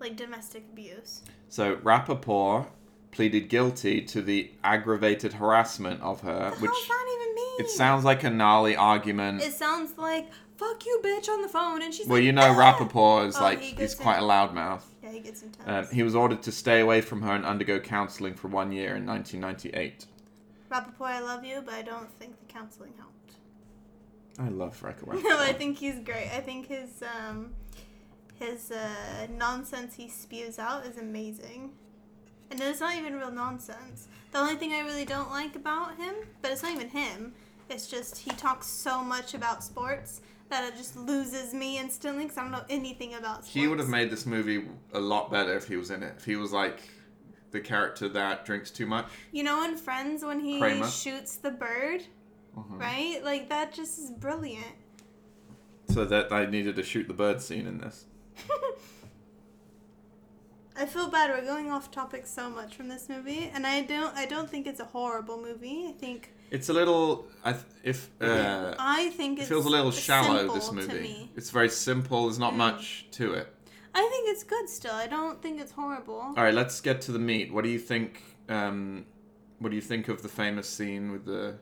C: Like domestic abuse.
A: So Rappaport pleaded guilty to the aggravated harassment of her,
C: What
A: which
C: does that even mean?
A: it sounds like a gnarly argument.
C: It sounds like fuck you, bitch, on the phone, and she's
A: well,
C: like,
A: you know,
C: "Ah!"
A: Rappaport is
C: Oh,
A: like
C: he Oh,
A: he's
C: gets
A: quite
C: in-
A: a loudmouth.
C: Yeah, he gets intense.
A: Um, he was ordered to stay away from her and undergo counselling for one year in 1998.
C: Rappaport, I love you, but I don't think the counseling helped. [laughs]
A: I love Record Rap.
C: No, I think he's great. I think his um, his uh, nonsense he spews out is amazing, and it's not even real nonsense. The only thing I really don't like about him, but it's not even him. It's just he talks so much about sports that it just loses me instantly because I don't know anything about sports.
A: He would have made this movie a lot better if he was in it. If he was like the character that drinks too much.
C: You know in Friends when he
A: Kramer? Mm-hmm.
C: shoots the bird, right? Like that just is brilliant.
A: So that I needed to shoot the bird scene in this.
C: I feel bad we're going off topic so much from this movie, and I don't I don't think it's a horrible movie. I think
A: It's a little. I th- if uh,
C: I think
A: it
C: it's
A: feels a little shallow.
C: simple
A: This
C: To
A: movie.
C: me.
A: It's very simple. There's not much to it.
C: I think it's good still. I don't think it's horrible.
A: All right, let's get to the meat. What do you think? Um, what do you think of the famous scene with the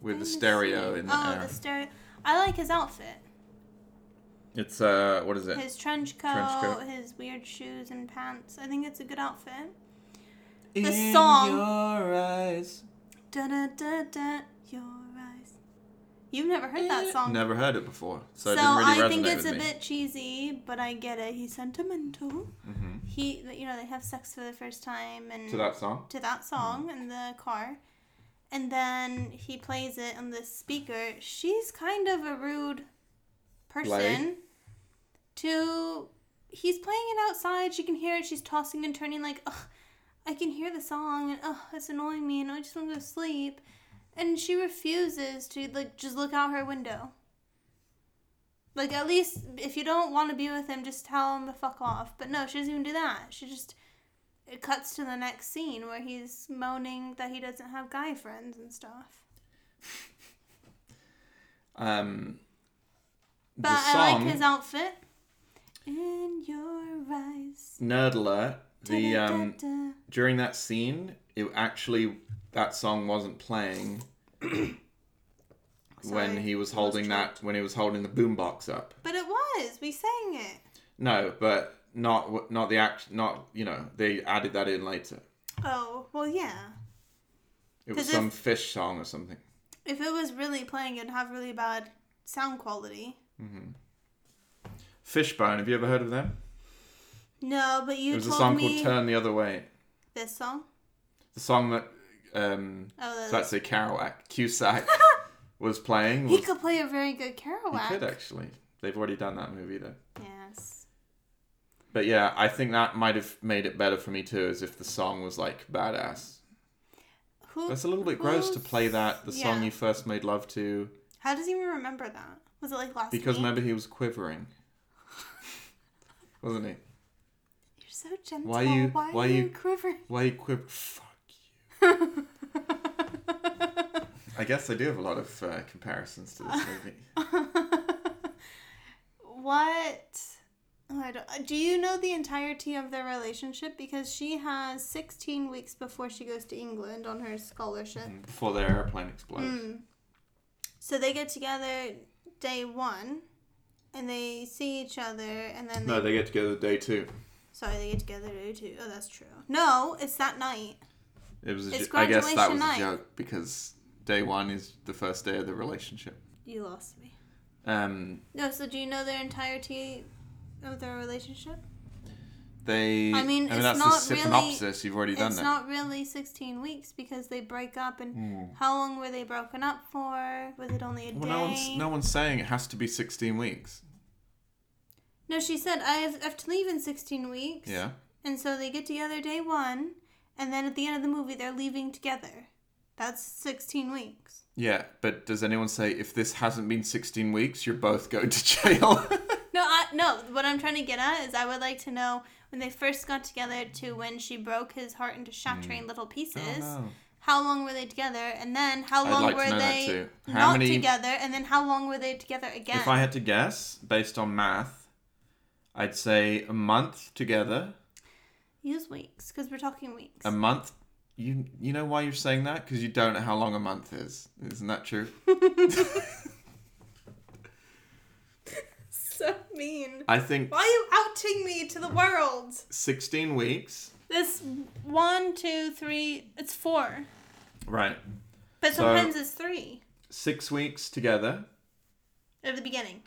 A: with the stereo in the
C: oh,
A: air?
C: the stereo. I like his outfit.
A: It's uh, what is it?
C: His trench coat,
A: Trench coat.
C: his weird shoes and pants. I think it's a good outfit. the In song.
A: Your eyes.
C: Da da da da. Your eyes. You've never heard that song.
A: Never heard it before, so,
C: So,
A: it didn't really
C: I
A: resonate
C: think it's
A: with
C: a
A: me.
C: bit cheesy, but I get it. He's sentimental. He, you know, they have sex for the first time and
A: Mm-hmm. to that song.
C: to that song in the car, and then he plays it on the speaker. She's kind of a rude person. To he's playing it outside. She can hear it. She's tossing and turning like, ugh, I can hear the song and ugh, it's annoying me and I just want to go to sleep. And she refuses to like just look out her window. Like at least if you don't want to be with him, just tell him to fuck off. But no, she doesn't even do that. She just it cuts to the next scene where he's moaning that he doesn't have guy friends and stuff.
A: Um,
C: But
A: the
C: I
A: song
C: like his outfit. In your eyes.
A: "Nerd Alert." The um,
C: Da-da-da-da.
A: during that scene, it actually that song wasn't
C: [clears throat]
A: playing when
C: Sorry,
A: he was
C: I lost
A: holding
C: track.
A: that when he was holding the boombox up.
C: But it was. We sang it.
A: No, but not not the act. Not you know they added that in later.
C: Oh, well, yeah.
A: It was
C: 'Cause if-
A: some fish song or something.
C: If it was really playing, it'd have really bad sound quality.
A: Fishbone. Have you ever heard of them?
C: No, but you
A: It was a
C: told
A: song
C: me
A: called "Turn the Other Way."
C: this song.
A: the song that um,
C: Oh, the-
A: so that's a
C: [laughs]
A: Kerouac Cusack was playing.
C: He
A: was-
C: could play a very good
A: he
C: Kerouac.
A: could actually. They've already done that movie though.
C: Yes.
A: But yeah, I think that might have made it better for me too, is if the song was like badass.
C: Who?
A: That's a little bit gross to
C: who's-
A: play that the song
C: yeah.
A: you first made love to
C: How does he even remember that? Was it like last
A: because
C: week?
A: remember he was quivering, [laughs] wasn't he?
C: You're so gentle.
A: Why you? Why, you?
C: quivering?
A: Why you quiver? Fuck you. I guess I do have a lot of uh, comparisons to this
C: [laughs]
A: movie.
C: What? Oh, I don't, do you know the entirety of their relationship? Because she has 16 weeks before she goes to England on her scholarship.
A: Before their airplane explodes.
C: Mm. So they get together day one and they see each other and then they,
A: No, they get together day two.
C: sorry, they get together day two. Oh, that's true. No, it's that night.
A: It was. A
C: It's
A: jo- I guess that
C: graduation
A: was
C: night.
A: a joke because day one is the first day of the relationship.
C: You lost me.
A: Um,
C: No, so do you know their entirety of their relationship?
A: they.
C: I mean, it's
A: that's
C: not
A: the
C: really-
A: synopsis. You've already done
C: it's
A: that.
C: not really 16 weeks because they break up and how long were they broken up for was it only a
A: Hmm. well,
C: day
A: no one's no one's saying it has to be sixteen weeks.
C: No, she said I have, I have to leave in 16 weeks
A: Yeah.
C: and so they get together day one and then at the end of the movie they're leaving together that's 16 weeks
A: Yeah, but does anyone say if this hasn't been 16 weeks, you're both going to [laughs] jail?
C: no I, no what i'm trying to get at is i would like to know when they first got together to when she broke his heart into shattering
A: Hmm.
C: little pieces How long were they together? And then how
A: I'd
C: long
A: like to
C: were
A: know that
C: they
A: too. How
C: not
A: many-
C: together? And then how long were they together again?
A: If I had to guess, based on math, I'd say a month together.
C: Use weeks because we're talking weeks.
A: A month. You you know why you're saying that? Because you don't know how long a month is. Isn't that true?
C: so mean.
A: I think
C: Why are you outing me to the world?
A: 16 weeks.
C: This one, two, three. It's four,
A: Right.
C: but
A: So-
C: sometimes it's three
A: Six weeks together.
C: at the beginning.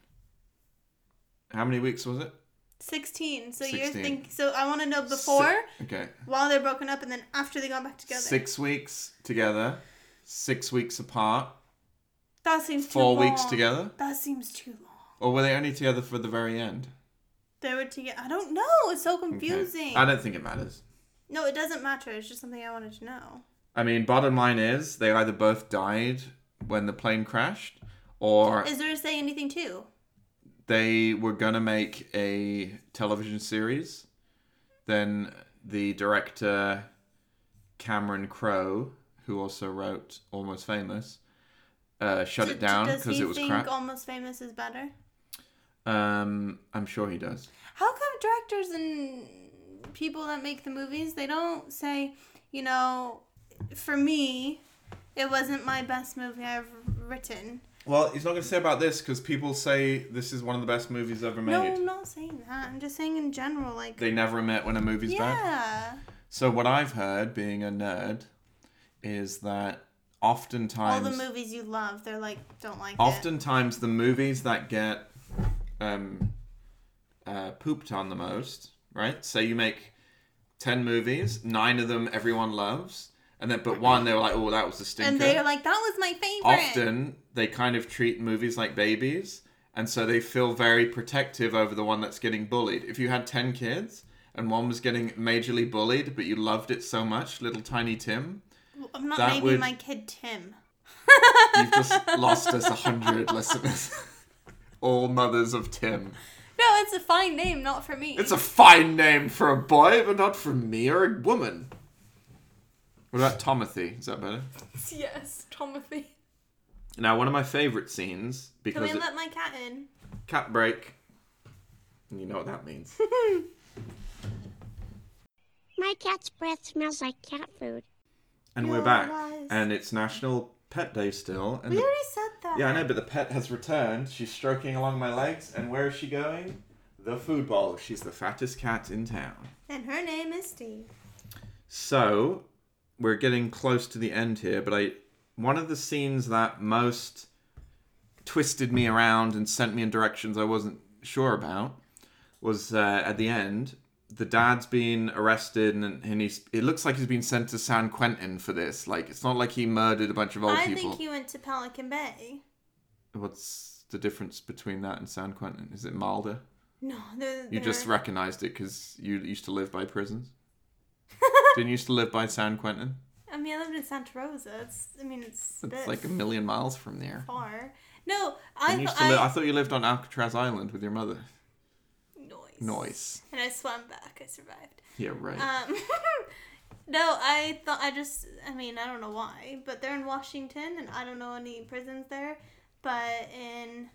A: How many weeks was it?
C: Sixteen. So you're
A: 16.
C: think. So I want to know before,
A: Si- okay.
C: while they're broken up, and then after they got back together.
A: Six weeks together. Six weeks apart.
C: That seems too
A: Four weeks
C: long.
A: together.
C: That seems too long.
A: Or were they only together for the very end?
C: They were together. I don't know. It's so
A: Okay.
C: confusing.
A: I don't think it matters.
C: No, it doesn't matter. It's just something I wanted to know.
A: I mean, bottom line is they either both died when the plane crashed, or
C: Is there a say anything too?
A: they were gonna make a television series. Then the director Cameron Crowe, who also wrote Almost Famous, uh, shut
C: D-
A: it
C: d-
A: down
C: does
A: because
C: he
A: it was
C: think
A: crap.
C: Almost Famous is better.
A: Um, I'm sure he does.
C: How come directors and people that make the movies they don't say, you know, for me, it wasn't my best movie I've written.
A: Well, he's not gonna say about this because people say this is one of the best movies ever made.
C: No, I'm not saying that. I'm just saying in general, like
A: They never admit when a movie's bad.
C: yeah,
A: So what I've heard, being a nerd, is that oftentimes,
C: all the movies you love, they're like don't like it.
A: oftentimes the movies that get um, uh, pooped on the most, right? Say you make ten movies, nine of them everyone loves, and then but one they were like, oh, that was a stinker.
C: And they're like that was my favorite.
A: Often they kind of treat movies like babies, and so they feel very protective over the one that's getting bullied. If you had 10 kids and one was getting majorly bullied, but you loved it so much, little tiny Tim,
C: I'm not
A: that
C: naming
A: would-
C: my kid Tim.
A: you've
C: [laughs]
A: just lost us 100 listeners. [laughs] All mothers of Tim.
C: No, it's a fine name, not for me.
A: It's a fine name for a boy, but not for me or a woman. What about Tomothy? Is that better?
C: yes, Timothy.
A: Now, one of my favorite scenes
C: Can
A: because
C: we
A: it-
C: let my cat in?
A: Cat break. You know what that means.
B: My cat's breath smells like cat food.
A: And
C: No,
A: we're back.
C: it was.
A: And it's National Pet Day still. And
C: We
A: the-
C: already said that.
A: yeah, I know, but the pet has returned. She's stroking along my legs. And where is she going? The food bowl. She's the fattest cat in town.
C: And her name is Steve.
A: So we're getting close to the end here, but I one of the scenes that most twisted me around and sent me in directions I wasn't sure about was uh, at the end the dad's been arrested and, and he's it looks like he's been sent to San Quentin for this. Like it's not like he murdered a bunch of old
C: I
A: people.
C: think he went to Pelican Bay.
A: What's the difference between that and San Quentin? Is it milder?
C: No, they're,
A: You just
C: they're-
A: recognized it because you used to live by
C: [laughs]
A: prisons. Didn't you used to live by San Quentin?
C: I mean, I lived in Santa Rosa. It's, I mean, it's, a
A: It's
C: bit
A: like a million miles from there.
C: far. No, I,
A: Didn't you used to
C: I,
A: li- I thought you lived on Alcatraz Island with your mother.
C: noise.
A: Noise.
C: And I swam back. I survived.
A: Yeah, right.
C: Um, [laughs] no, I thought I just. I mean, I don't know why, but they're in Washington, and I don't know any prisons there. But in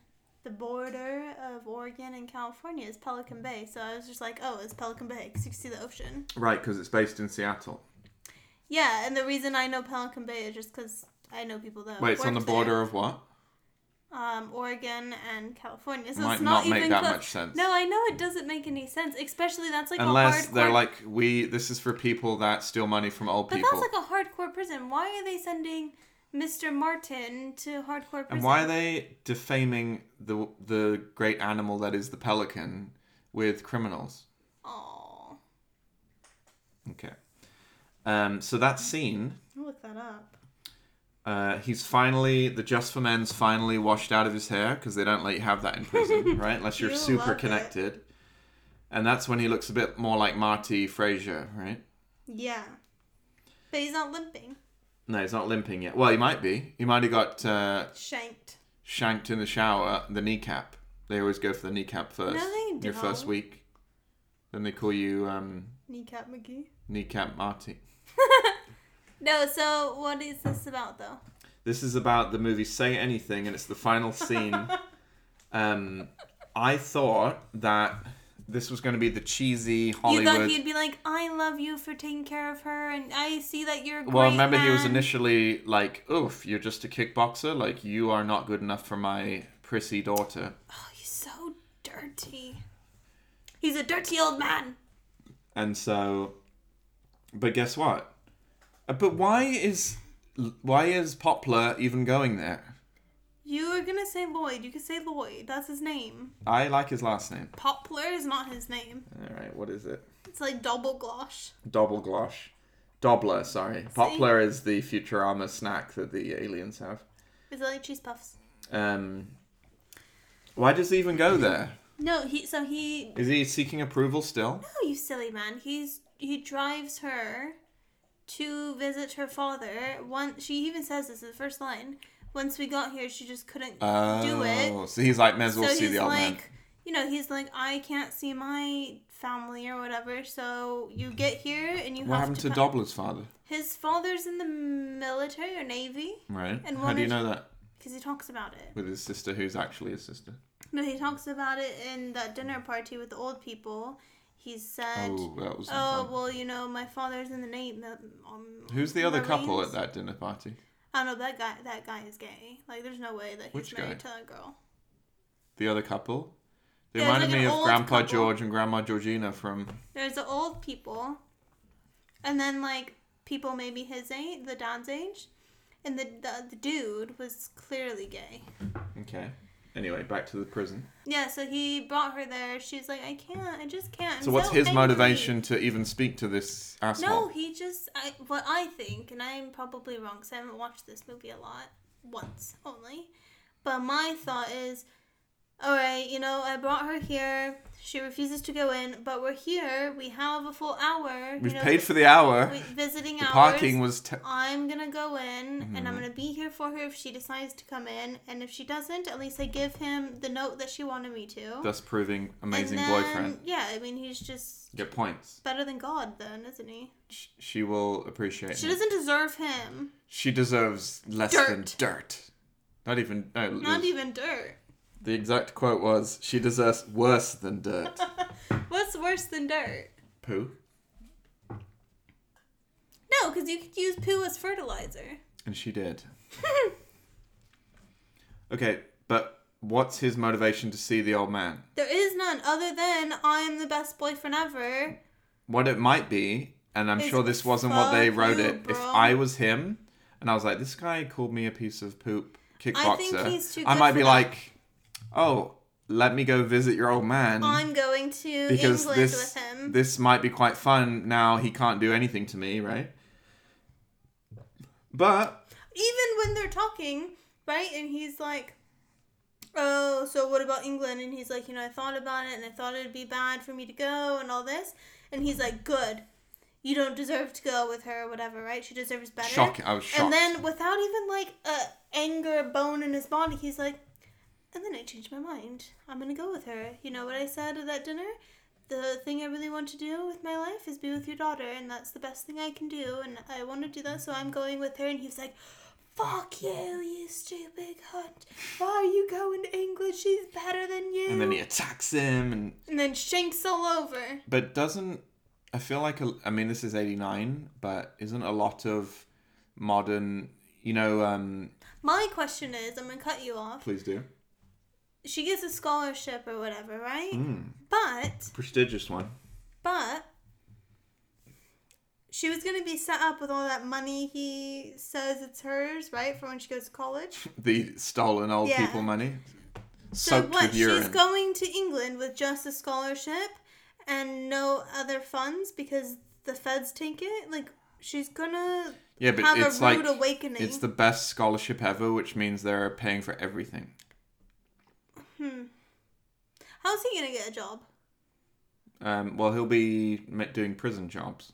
C: the border of Oregon and California is Pelican Bay, so I was just like, oh, it's Pelican Bay because you can see the ocean.
A: right, because it's based in Seattle.
C: Yeah, and the reason I know Pelican Bay is just because I know people that.
A: Wait, it's on the
C: work
A: border
C: there.
A: of what?
C: um, Oregon and California. So
A: Might
C: it's not,
A: not make
C: even
A: that
C: close.
A: much sense.
C: No, I know it doesn't make any sense, especially that's like
A: Unless
C: a hardcore.
A: they're like, we. This is for people that steal money from old
C: but
A: people.
C: that's like a hardcore prison. Why are they sending Mr. Martin to hardcore prison?
A: And why are they defaming the the great animal that is the pelican with criminals?
C: Oh,
A: Okay. Um, so that scene,
C: I'll look that up.
A: uh, he's finally the Just for Men's finally washed out of his hair because they don't let you have that in
C: [laughs]
A: prison, right? Unless you're
C: You
A: super
C: love it.
A: connected. And that's when he looks a bit more like Marty Frazier, right?
C: Yeah, but he's not limping.
A: No, he's not limping yet. Well, he might be. He might have got uh,
C: Shanked.
A: shanked in the shower, the kneecap. They always go for the kneecap first.
C: they
A: Your first
C: don't.
A: week. Then they call you um,
C: Kneecap McGee.
A: Kneecap Marty.
C: No, so what is this about though?
A: This is about the movie Say Anything, and it's the final
C: [laughs]
A: scene. um, I thought that this was going to be the cheesy
C: You thought
A: Hollywood.
C: he'd be like, "I love you for taking care of her, and I see that you're a great."
A: well, remember he was
C: man."
A: initially like, "Oof, you're just a kickboxer. Like you are not good enough for my prissy daughter."
C: Oh, he's so dirty. He's a dirty old man.
A: And so, but guess what? Uh, But why is why is Poplar even going there?
C: You were gonna say Lloyd. You could say Lloyd. That's his name.
A: I like his last name.
C: Poplar is not his name.
A: All right, what is it?
C: It's like double glosh.
A: Dobbleglosh. Dobbler, sorry. Poplar is the Futurama snack that the aliens have.
C: Is it like cheese puffs?
A: Um, why does he even go there?
C: No, he. So he.
A: Is he seeking approval still?
C: Oh, you silly man. He's he drives her to visit her father. Once she even says this in the first line. Once we got here, she just couldn't do it.
A: Oh, so he's like, may as well
C: so
A: see
C: he's
A: the old
C: like,
A: man.
C: you know, he's like, I can't see my family or whatever. So you get here and you
A: What
C: have
A: happened to
C: pa-
A: Dobbler's father?
C: His father's in the military or navy
A: Right.
C: And
A: How do you
C: wanted-
A: know that?
C: because he talks about it.
A: With his sister, who's actually his sister.
C: No, he talks about it in that dinner party with the old people. He said,
A: Oh, that was.
C: "Oh,
A: Oh,
C: well, you know, my father's in the navy." Um,
A: Who's the other couple at
C: Marines."
A: that dinner party?
C: I don't know. That guy. That guy is gay. Like, there's no way that he's
A: Which
C: married
A: guy?
C: to that girl.
A: The other couple? They
C: Yeah,
A: reminded
C: like an
A: me of
C: old
A: Grandpa
C: couple.
A: George and Grandma Georgina from.
C: There's the old people, and then like people maybe his age, the dad's age, and the the, the dude was clearly gay.
A: Okay. Anyway, back to the prison.
C: Yeah, so he brought her there. She's like, I can't. I just can't. I'm
A: So what's his
C: angry."
A: motivation to even speak to this asshole?
C: No, he just. I what I think, and I'm probably wrong because I haven't watched this movie a lot, once only. But my thought is, all right, you know, I brought her here. She refuses to go in, but we're here. We have a full hour.
A: We've
C: you know,
A: paid for the hour.
C: we- visiting
A: the
C: hours.
A: parking was. Mm-hmm. Te-
C: I'm gonna go in and I'm gonna be here for her if she decides to come in, and if she doesn't, at least I give him the note that she wanted me to.
A: thus proving amazing
C: And then-
A: boyfriend.
C: Yeah, I mean he's just
A: Get points.
C: better than God, then isn't he?
A: Sh- She will appreciate.
C: She
A: She,
C: doesn't deserve him.
A: she deserves less than
C: Dirt.
A: dirt. Not even. No, it
C: Not
A: was-
C: even dirt.
A: The exact quote was, "She deserves worse than
C: [laughs]
A: dirt."
C: What's worse than dirt?
A: Poo.
C: No, because you could use poo as fertilizer.
A: And she
C: [laughs]
A: did. okay, but what's his motivation to see the old man?
C: There is none other than I'm the best boyfriend ever.
A: what it might be, and I'm
C: Is
A: sure this wasn't what they
C: fuck
A: wrote
C: you,
A: it. If
C: bro.
A: I was him, and I was like, this guy called me a piece of poop kickboxer,
C: I think he's too
A: I
C: good
A: might
C: for
A: be
C: that.
A: like, oh, let me go visit your old man.
C: I'm going to
A: Mm. because
C: England
A: this
C: with him.
A: this might be quite fun. Now he can't do anything to me, right? But
C: Even when they're talking, right? And he's like, "Oh, so what about England?" And he's like, "You know, I thought about it, and I thought it'd be bad for me to go, and all this." And he's like, "Good." You don't deserve to go with her, or whatever, right? She deserves better.
A: Shock- I was shocked.
C: And then, without even like a anger bone in his body, he's like, and then I changed my mind. I'm gonna go with her. You know what I said at that dinner? The thing I really want to do with my life is be with your daughter, and that's the best thing I can do, and I want to do that, so I'm going with her. And he's like, Fuck you, you stupid cunt. Why are you going to England? She's better than you.
A: and then he attacks him, and
C: And then shanks all over.
A: but doesn't I feel like a, I mean this is eighty nine, but isn't a lot of modern you know um
C: My question is I'm gonna cut you off.
A: please do
C: She gets a scholarship or whatever, right?
A: Hmm.
C: But,
A: prestigious one
C: but. She was gonna be set up with all that money he says it's hers, right? For when she goes to college.
A: [laughs] the stolen old
C: Yeah.
A: people money
C: So
A: soaked
C: what?
A: with urine.
C: She's going to England with just a scholarship and no other funds because the feds take it. Like she's gonna
A: yeah, but
C: have
A: it's
C: a rude
A: like
C: awakening.
A: it's the best scholarship ever, which means they're paying for everything.
C: How's he gonna get a job?
A: Um, well, he'll be ma- doing prison jobs.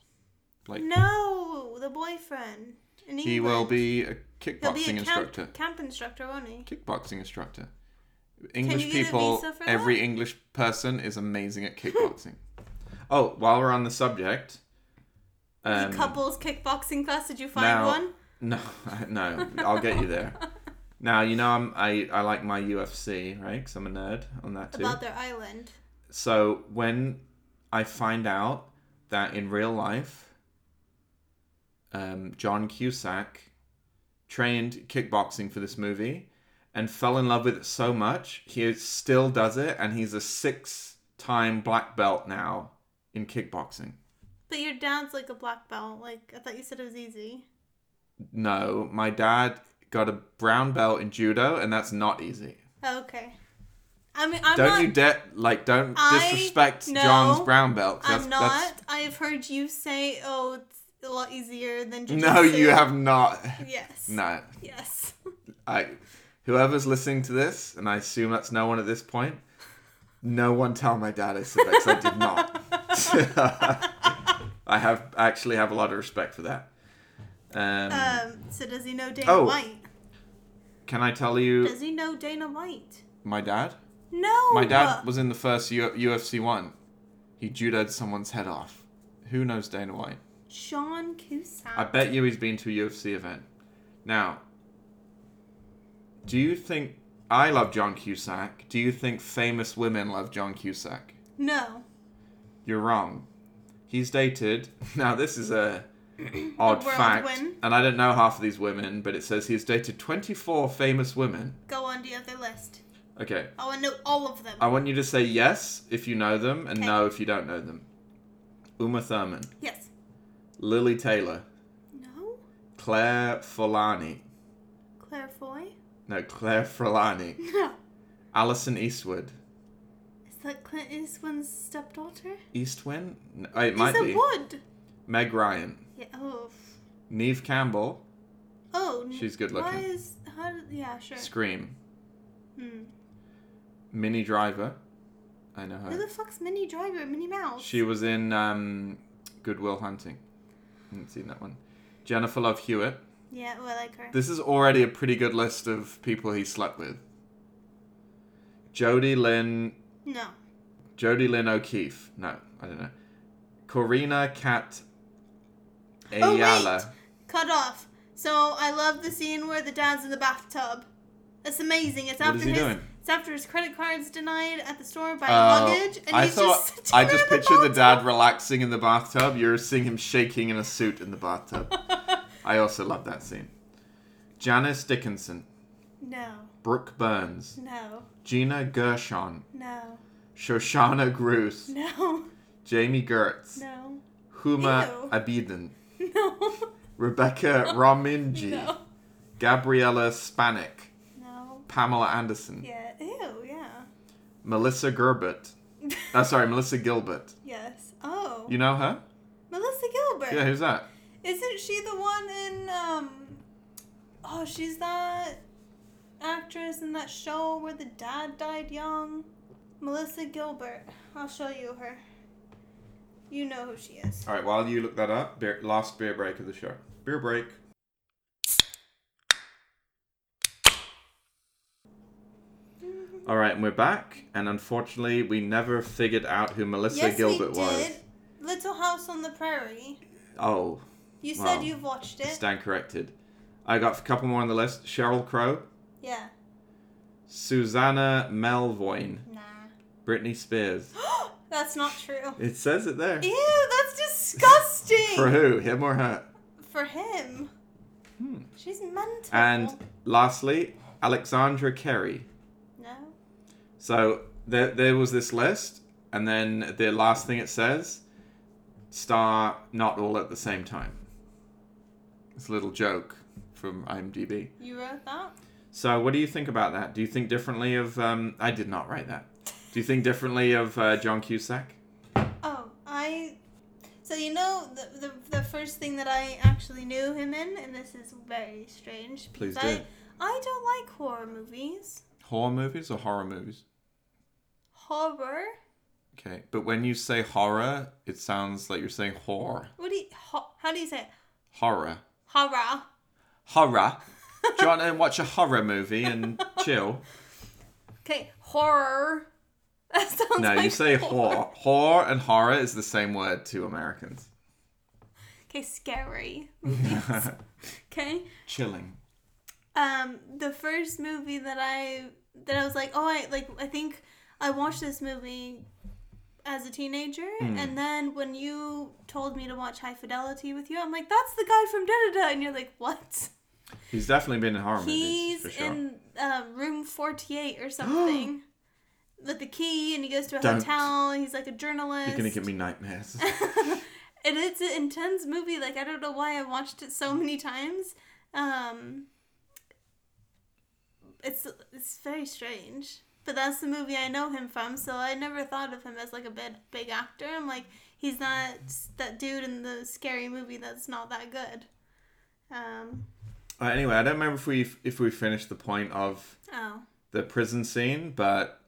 A: Like
C: No, the boyfriend. In
A: he will
C: England.
A: be a
C: He'll
A: kickboxing
C: be a camp,
A: instructor.
C: camp instructor, won't he?
A: Kickboxing instructor. English
C: get a
A: people,
C: visa for
A: every
C: that?
A: English person is amazing
C: [laughs]
A: at kickboxing. oh, while we're on the subject,
C: The
A: um,
C: couples kickboxing class. Did you find
A: now,
C: one?
A: [laughs] No, no, I'll get you
C: [laughs]
A: there. Now you know I'm, I I like my UFC right because I'm a nerd on that too.
C: About their island.
A: So when I find out that in real life, um, John Cusack trained kickboxing for this movie and fell in love with it so much, he still does it, and he's a six-time black belt now in kickboxing.
C: But your dad's like a black belt. Like I thought you said it was easy.
A: No, my dad got a brown belt in judo, and that's not easy.
C: Oh, Okay. I mean, I'm
A: don't
C: not.
A: you dare like don't
C: I-
A: disrespect
C: no,
A: John's brown belt. 'cause
C: I'm
A: that's-
C: not.
A: that's-
C: I've heard you say, "Oh, it's a lot easier than jujitsu."
A: no, you have not.
C: Yes.
A: No,
C: Yes.
A: I, whoever's listening to this, and I assume that's no one at this point. No one tell my dad I said that 'cause I did not. [laughs] I have I actually have a lot of respect for that. Um,
C: Um. So does he know Dana
A: Oh.
C: White?
A: can I tell you
C: Does he know Dana White?
A: my dad?
C: No. Uh,
A: My dad was in the first U- UFC one. He judoed someone's head off. Who knows Dana White?
C: Sean Cusack.
A: I bet you he's been to a UFC event. Now, do you think I love John Cusack? Do you think famous women love John Cusack?
C: No.
A: You're wrong. He's dated. [laughs] Now this is
C: [coughs]
A: a odd
C: world
A: fact,
C: win.
A: and I don't know half of these women, but it says he's dated 24 famous women.
C: Go on the other list. Oh,
A: Okay,
C: I want to know all of them.
A: I want you to say yes if you know them, and
C: Okay.
A: no if you don't know them. Uma Thurman,
C: yes.
A: Lily Taylor,
C: No.
A: Claire Forlani.
C: Claire Foy. [laughs]
A: No, Claire Forlani.
C: No.
A: Alison Eastwood.
C: Is that Clint Eastwood's stepdaughter?
A: Eastwin? No, oh, it might
C: Is it
A: be.
C: Wood?
A: Meg Ryan.
C: Yeah. Oh.
A: Neve Campbell.
C: Oh. n-
A: She's good
C: Why
A: looking.
C: is how? did- Yeah. Sure.
A: Scream.
C: Hmm.
A: Minnie Driver. I know
C: Who
A: her.
C: the fuck's Minnie Driver? Minnie Mouse.
A: She was in um, Goodwill Hunting. Haven't seen that one. Jennifer Love Hewitt.
C: Yeah, well, I like her.
A: This is already a pretty good list of people he slept with. Jodie Lynn.
C: no.
A: Jodie Lynn O'Keefe. No, I don't know. Corina Cat.
C: Oh, wait.
A: Ayala.
C: Cut off. So I love the scene where the dad's in the bathtub. It's amazing. It's
A: What
C: after
A: is he
C: his
A: doing?
C: it's after his credit card's denied at the store by
A: Oh,
C: luggage, and
A: I
C: he's
A: thought
C: just sitting
A: I just
C: there in
A: pictured the dad
C: bathtub.
A: relaxing in the bathtub. You're seeing him shaking in a suit in the
C: [laughs]
A: bathtub. I also love that scene. Janice Dickinson,
C: No,
A: Brooke Burns,
C: no,
A: Gina Gershon,
C: no, [laughs]
A: Shoshana Gruce,
C: no,
A: Jamie Gertz,
C: no,
A: Huma
C: Ew.
A: Abedin,
C: [laughs] no,
A: Rebecca Rominji,
C: no,
A: Gabriella Spanik,
C: no.
A: Pamela Anderson,
C: Yeah. Ew. Yeah.
A: Melissa Gerbert. oh, sorry, Melissa Gilbert.
C: Yes. Oh.
A: You know her?
C: Melissa Gilbert.
A: Yeah, who's that?
C: Isn't she the one in um Oh, she's that actress in that show where the dad died young? Melissa Gilbert. I'll show you her. You know who she is.
A: All right, while you look that up, beer, last beer break of the show. Beer break. All right, and we're back, and unfortunately, we never figured out who Melissa Gilbert was.
C: Little House on the Prairie.
A: Oh,
C: You
A: Wow.
C: said you've watched it.
A: stand corrected. I got a couple more on the list. Cheryl Crow,
C: yeah.
A: Susanna Melvoin,
C: Nah.
A: Britney Spears.
C: [gasps] That's not true.
A: It says it there.
C: Ew, that's
A: [laughs]
C: disgusting.
A: For who? Him or her?
C: For him. She's mental.
A: Hmm. And lastly, Alexandra Kerry.
C: no.
A: So there, there was this list, and then the last thing it says, star not all at the same time. It's a little joke from IMDb.
C: You wrote that?
A: So what do you think about that? Do you think differently of? Um, I did not write that. Do you think differently of uh, John Cusack?
C: Oh, I. So you know the, the the first thing that I actually knew him in, and this is very strange.
A: Please
C: because
A: do.
C: I, I don't like horror movies.
A: Horror movies or horror movies?
C: Horror?
A: Okay, but when you say horror, it sounds like you're saying whore.
C: What do you? Ho, how do you say? It?
A: Horror.
C: Horror.
A: Horror. Do you want to watch a horror movie and
C: [laughs]
A: chill?
C: Okay, horror. [laughs] That sounds
A: No,
C: like
A: you say
C: horror.
A: whore. Whore and horror is the same word to Americans.
C: [laughs] Okay, scary
A: [laughs]
C: movies. okay.
A: Chilling.
C: um the first movie that I that I was like, oh, I like I think I watched this movie as a teenager,
A: Hmm.
C: and then when you told me to watch High Fidelity with you, I'm like, that's the guy from da da da, and you're like, what?
A: He's definitely been in horror movies.
C: He's
A: Oh, For sure.
C: in uh, room 48
A: [gasps]
C: or something. With the key, and he goes to a
A: Don't.
C: hotel. He's like a journalist.
A: You're gonna give me nightmares. [laughs]
C: And it's an intense movie. Like I don't know why I watched it so many times. Um, it's it's very strange. But that's the movie I know him from. So I never thought of him as like a big big actor. I'm like he's not that dude in the scary movie that's not that good. Um,
A: Uh, anyway, I don't remember if we if we finished the point of
C: oh
A: the prison scene, but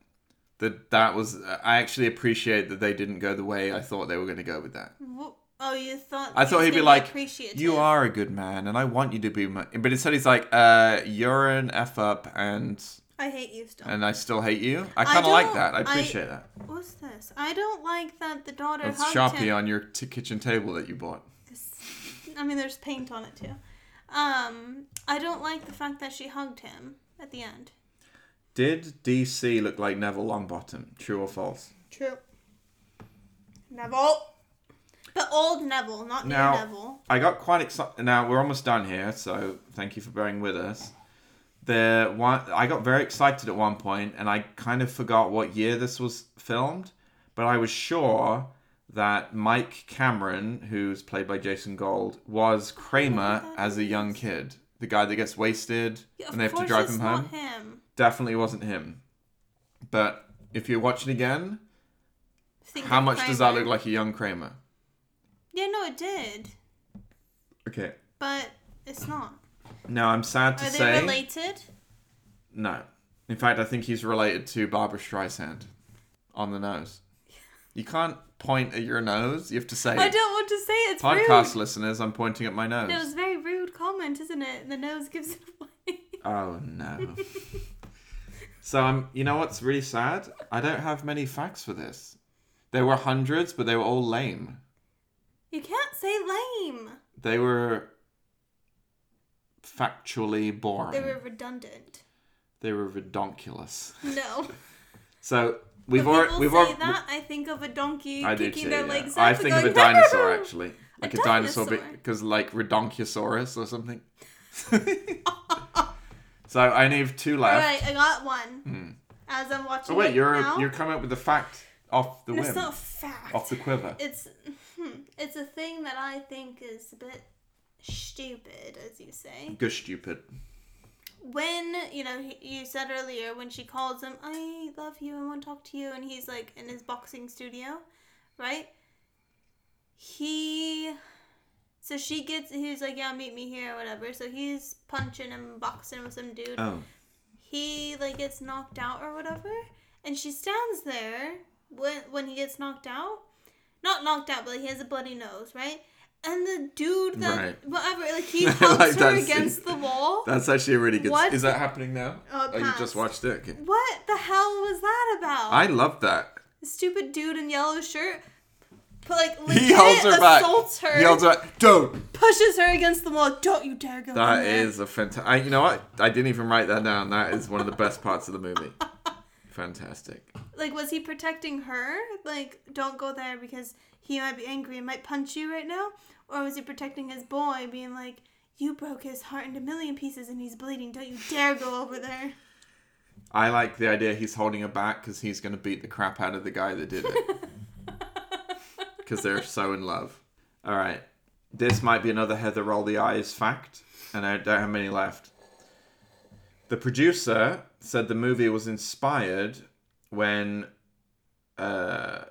A: that that was I actually appreciate that they didn't go the way I thought they were going to go with that.
C: Wh- oh you thought
A: I
C: it
A: thought
C: was
A: he'd be
C: gonna
A: like,
C: appreciative.
A: "You are a good man, and I want you to be my." But instead, he's like, "Uh, you're an f up, and
C: I hate you still.
A: and I still hate you." I kind of like
C: don't-
A: that. I
C: I-
A: appreciate that.
C: What's this? I don't like that the daughter.
A: That's
C: hugged
A: Sharpie
C: him.
A: on your t- kitchen table that you bought.
C: I mean, there's paint on it too. Um, I don't like the fact that she hugged him at the end.
A: Did DC look like Neville Longbottom? True or false?
C: True. Neville. But old Neville, not
A: Now-
C: new Neville.
A: I got quite excited. Now we're almost done here, so thank you for bearing with us. The one I got very excited at one point, and I kind of forgot what year this was filmed, but I was sure that Mike Cameron, who's played by Jason Gold, was
C: Oh
A: Kramer as a young kid, the guy that gets wasted
C: Yeah,
A: and they have to drive him home.
C: not him.
A: Definitely wasn't him. But if you watch it again,
C: Think
A: how
C: of
A: much does that
C: Kramer.
A: look like a young Kramer?
C: Yeah, no, it did.
A: Okay.
C: But it's not.
A: Now I'm sad to
C: Are they
A: say.
C: related?
A: No. In fact, I think he's related to Barbara Streisand on the nose. You can't point at your nose. You have to say
C: I
A: it.
C: don't want to say it, it's
A: Podcast
C: rude.
A: listeners, I'm pointing at my nose.
C: It was a very rude comment, isn't it? The nose gives [laughs] it away.
A: Oh
C: [laughs]
A: no. so I'm. You know what's really sad? I don't have many facts for this. There were hundreds, but they were all lame.
C: you can't say lame.
A: They were factually boring.
C: They were redundant.
A: They were redonkulous. [laughs]
C: No.
A: So we've
C: When
A: already
C: people
A: we've
C: say
A: already
C: that, I think of a donkey
A: I do
C: kicking
A: too.
C: their
A: yeah.
C: legs up.
A: I
C: and
A: think of a
C: going,
A: dinosaur actually, like a, dinosaur,
C: dinosaur.
A: because like Redonkusaurus or
C: [laughs]
A: something. so I only have two
C: All
A: left.
C: right, I got one. As I'm watching.
A: Hmm. Oh wait,
C: it
A: you're
C: now.
A: you're coming up with the fact off the
C: And
A: whim,
C: It's not a fact.
A: off the quiver.
C: It's hmm, it's a thing that I think is a bit stupid, as you say.
A: Go stupid.
C: when you know he- you said earlier when she calls him, I love you, I want to talk to you, and he's like in his boxing studio, right? He, so she gets. He's like, yeah, meet me here, or whatever. So he's punching and boxing with some dude.
K: Oh.
C: He like gets knocked out or whatever, and she stands there when when he gets knocked out, not knocked out, but like, he has a bloody nose, right? And the dude that
K: Right.
C: whatever,
A: [laughs]
C: like he
A: I
C: hugs
A: like
C: her
A: that scene.
C: against the wall.
A: That's actually a really good.
C: What?
A: Is that happening now?
C: Oh, it
A: you
C: passed.
A: just watched it. Okay.
C: What the hell was that about?
A: I love that.
C: The stupid dude in yellow shirt, but like legit
A: [laughs] He holds her back.
C: assaults her,
A: He holds her back. Don't.
C: pushes her against the wall. Don't you dare go.
A: That
C: in there.
A: is a fantastic. You know what? I didn't even write that down. That is one of the best parts of the
C: [laughs]
A: movie. Fantastic.
C: like was he protecting her? Like don't go there because he might be angry and might punch you right now, or was he protecting his boy, being like, "You broke his heart into a million pieces and he's bleeding. Don't you dare go over there."
A: I like the idea he's holding her back because he's going to beat the crap out of the guy that did it.
C: [laughs]
A: Because they're so in love. All right. This might be another Heather Roll the Eyes fact, and I don't have many left. The producer said the movie was inspired when uh,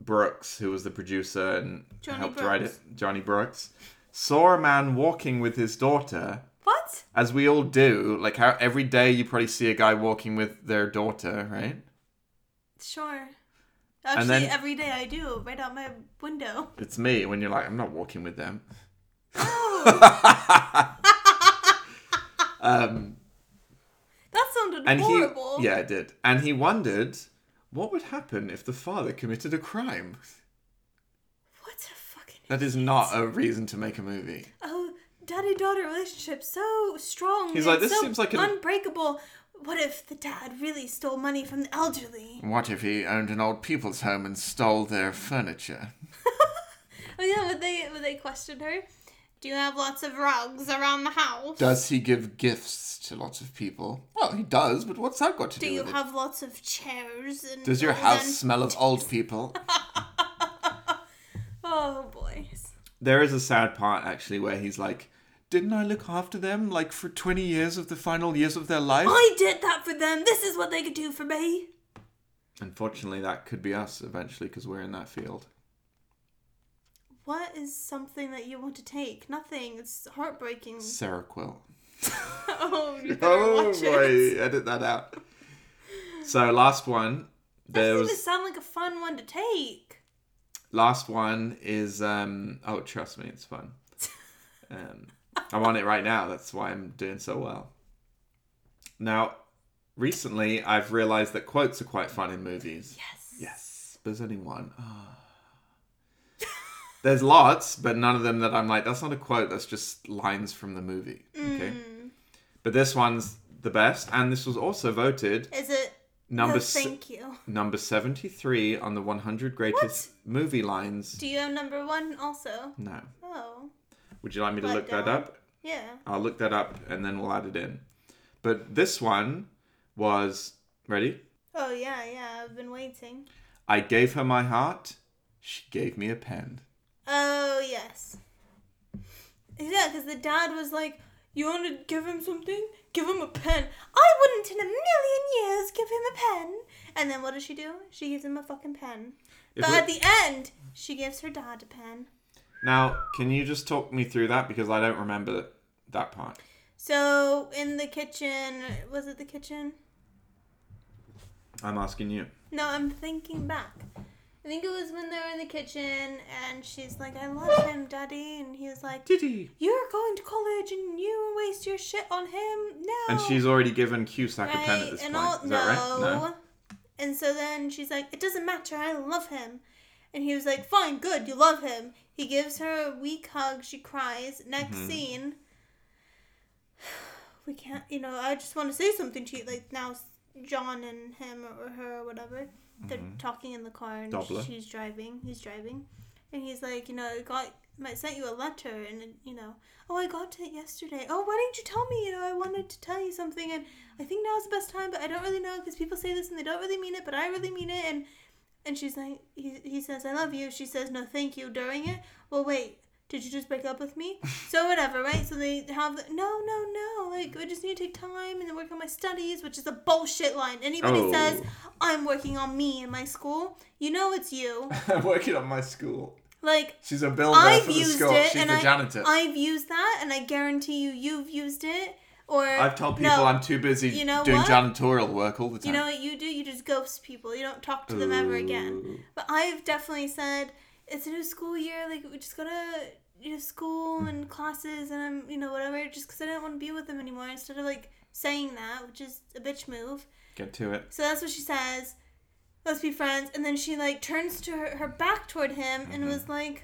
A: Brooks, who was the producer and
C: Johnny
A: helped write it,
C: Brooks.
A: Johnny Brooks, saw a man walking with his daughter
C: What?
A: as we all do, like how every day you probably see a guy walking with their daughter, right?
C: Sure.
A: And
C: Actually,
A: then-
C: every day I do right out my window.
A: It's me when you're like, I'm not walking with them.
C: Oh,
A: um,
C: That sounded
A: [laughs] and
C: horrible.
A: he, yeah, it did. And he wondered what would happen if the father committed a crime.
C: What a fucking.
A: That is not a reason to make a movie.
C: Oh, daddy daughter relationship so strong.
A: He's like,
C: and
A: "This
C: so
A: seems like an-
C: unbreakable. What if the dad really stole money from the elderly?
A: What if he owned an old people's home and stole their furniture?
C: Oh yeah, would they would they question her? Do you have lots of rugs around the house?
A: Does he give gifts to lots of people? Well, he does, but what's that got to
C: Do
A: do,
C: you
A: with it?
C: have lots of chairs and
A: Does your
C: old
A: house
C: and-
A: smell of old people?
C: Oh boys.
A: There is a sad part actually where he's like, "Didn't I look after them like for twenty years of the final years of their life?"
C: I did that for them. This is what they could do for me.
A: Unfortunately, that could be us eventually because we're in that field.
C: What is something that you want to take? Nothing. It's heartbreaking.
A: Sarah Quill.
C: [laughs] oh,
A: [laughs]
C: you better
A: Oh
C: watch it.
A: boy, edit that out. So last one, there
C: Doesn't
A: was
C: even sound like a fun one to take.
A: last one is um oh trust me, it's fun. Um, I'm on it right now. That's why I'm doing so well. Now, recently, I've realised that quotes are quite fun in movies.
C: Yes.
A: Yes. There's only one. Ah. There's lots, but none of them that I'm like, that's not a quote, that's just lines from the movie. Okay. But this one's the best, and this was also voted
C: Is it
A: Number
C: No,
A: s-
C: thank you.
A: number 73 on the 100 greatest movie lines.
C: Do you have number one also?
A: No.
C: Oh,
A: Would you like me to
C: Write
A: look that
C: down.
A: up?
C: yeah.
A: I'll look that up and then we'll add it in. But this one was ready?
C: Oh yeah, yeah. I've been waiting.
A: I gave her my heart, she gave me a pen.
C: Oh yes. Yeah, because the dad was like, "You want to give him something? Give him a pen." I wouldn't in a million years give him a pen. And then what does she do? She gives him a fucking pen.
A: If
C: but
A: we-
C: at the end, she gives her dad a pen.
A: Now, can you just talk me through that because I don't remember that part.
C: So in the kitchen, was it the kitchen?
A: I'm asking you.
C: No, I'm thinking back. I think it was when they were in the kitchen and she's like, I love him, Daddy. And he was like,
A: Diddy.
C: You're going to college and you waste your shit on him. No.
A: And she's already given Cusack a pen at this point.
C: all-
A: Is that right? No.
C: And so then she's like, It doesn't matter. I love him. And he was like, Fine, good. You love him. He gives her a weak hug. She cries. Next
A: Mm-hmm.
C: scene. We can't, you know, I just want to say something to you. Like now, John and him or her or whatever, they're talking in the car and
A: Dobler.
C: she's driving. He's driving. And he's like, You know, I got. I sent you a letter, and you know, oh, I got it yesterday. Oh, why didn't you tell me? You know, I wanted to tell you something, and I think now's the best time, but I don't really know because people say this and they don't really mean it, but I really mean it. And and she's like, he, he says, I love you. She says, no, thank you during it. Well, wait, Did you just break up
A: [laughs]
C: with me? so whatever, right? So they have the, no, no, no. Like I just need to take time and then work on my studies, which is a bullshit line. Anybody
A: Oh.
C: says I'm working on me and my school, you know
A: [laughs]
C: it's you.
A: I'm working on my school.
C: Like
A: She's a builder
C: I've
A: for the
C: used
A: school.
C: it,
A: She's
C: and
A: the
C: I,
A: janitor. I,
C: I've used that, and I guarantee you, you've used it. Or
A: have told
C: no,
A: people I'm too busy
C: you know
A: doing
C: what?
A: janitorial work all the time.
C: You know what you do? You just ghost people. You don't talk to them ever again.
A: Ooh.
C: But I've definitely said it's a new school year. Like we just gotta you know
A: Mm.
C: school and classes and I'm you know whatever. Just because I didn't want to be with them anymore. Instead of like saying that, which is a bitch move.
A: Get to it.
C: So that's what she says. Let's be friends. And then she like turns to her, her back toward him
A: Mm-hmm.
C: and was like,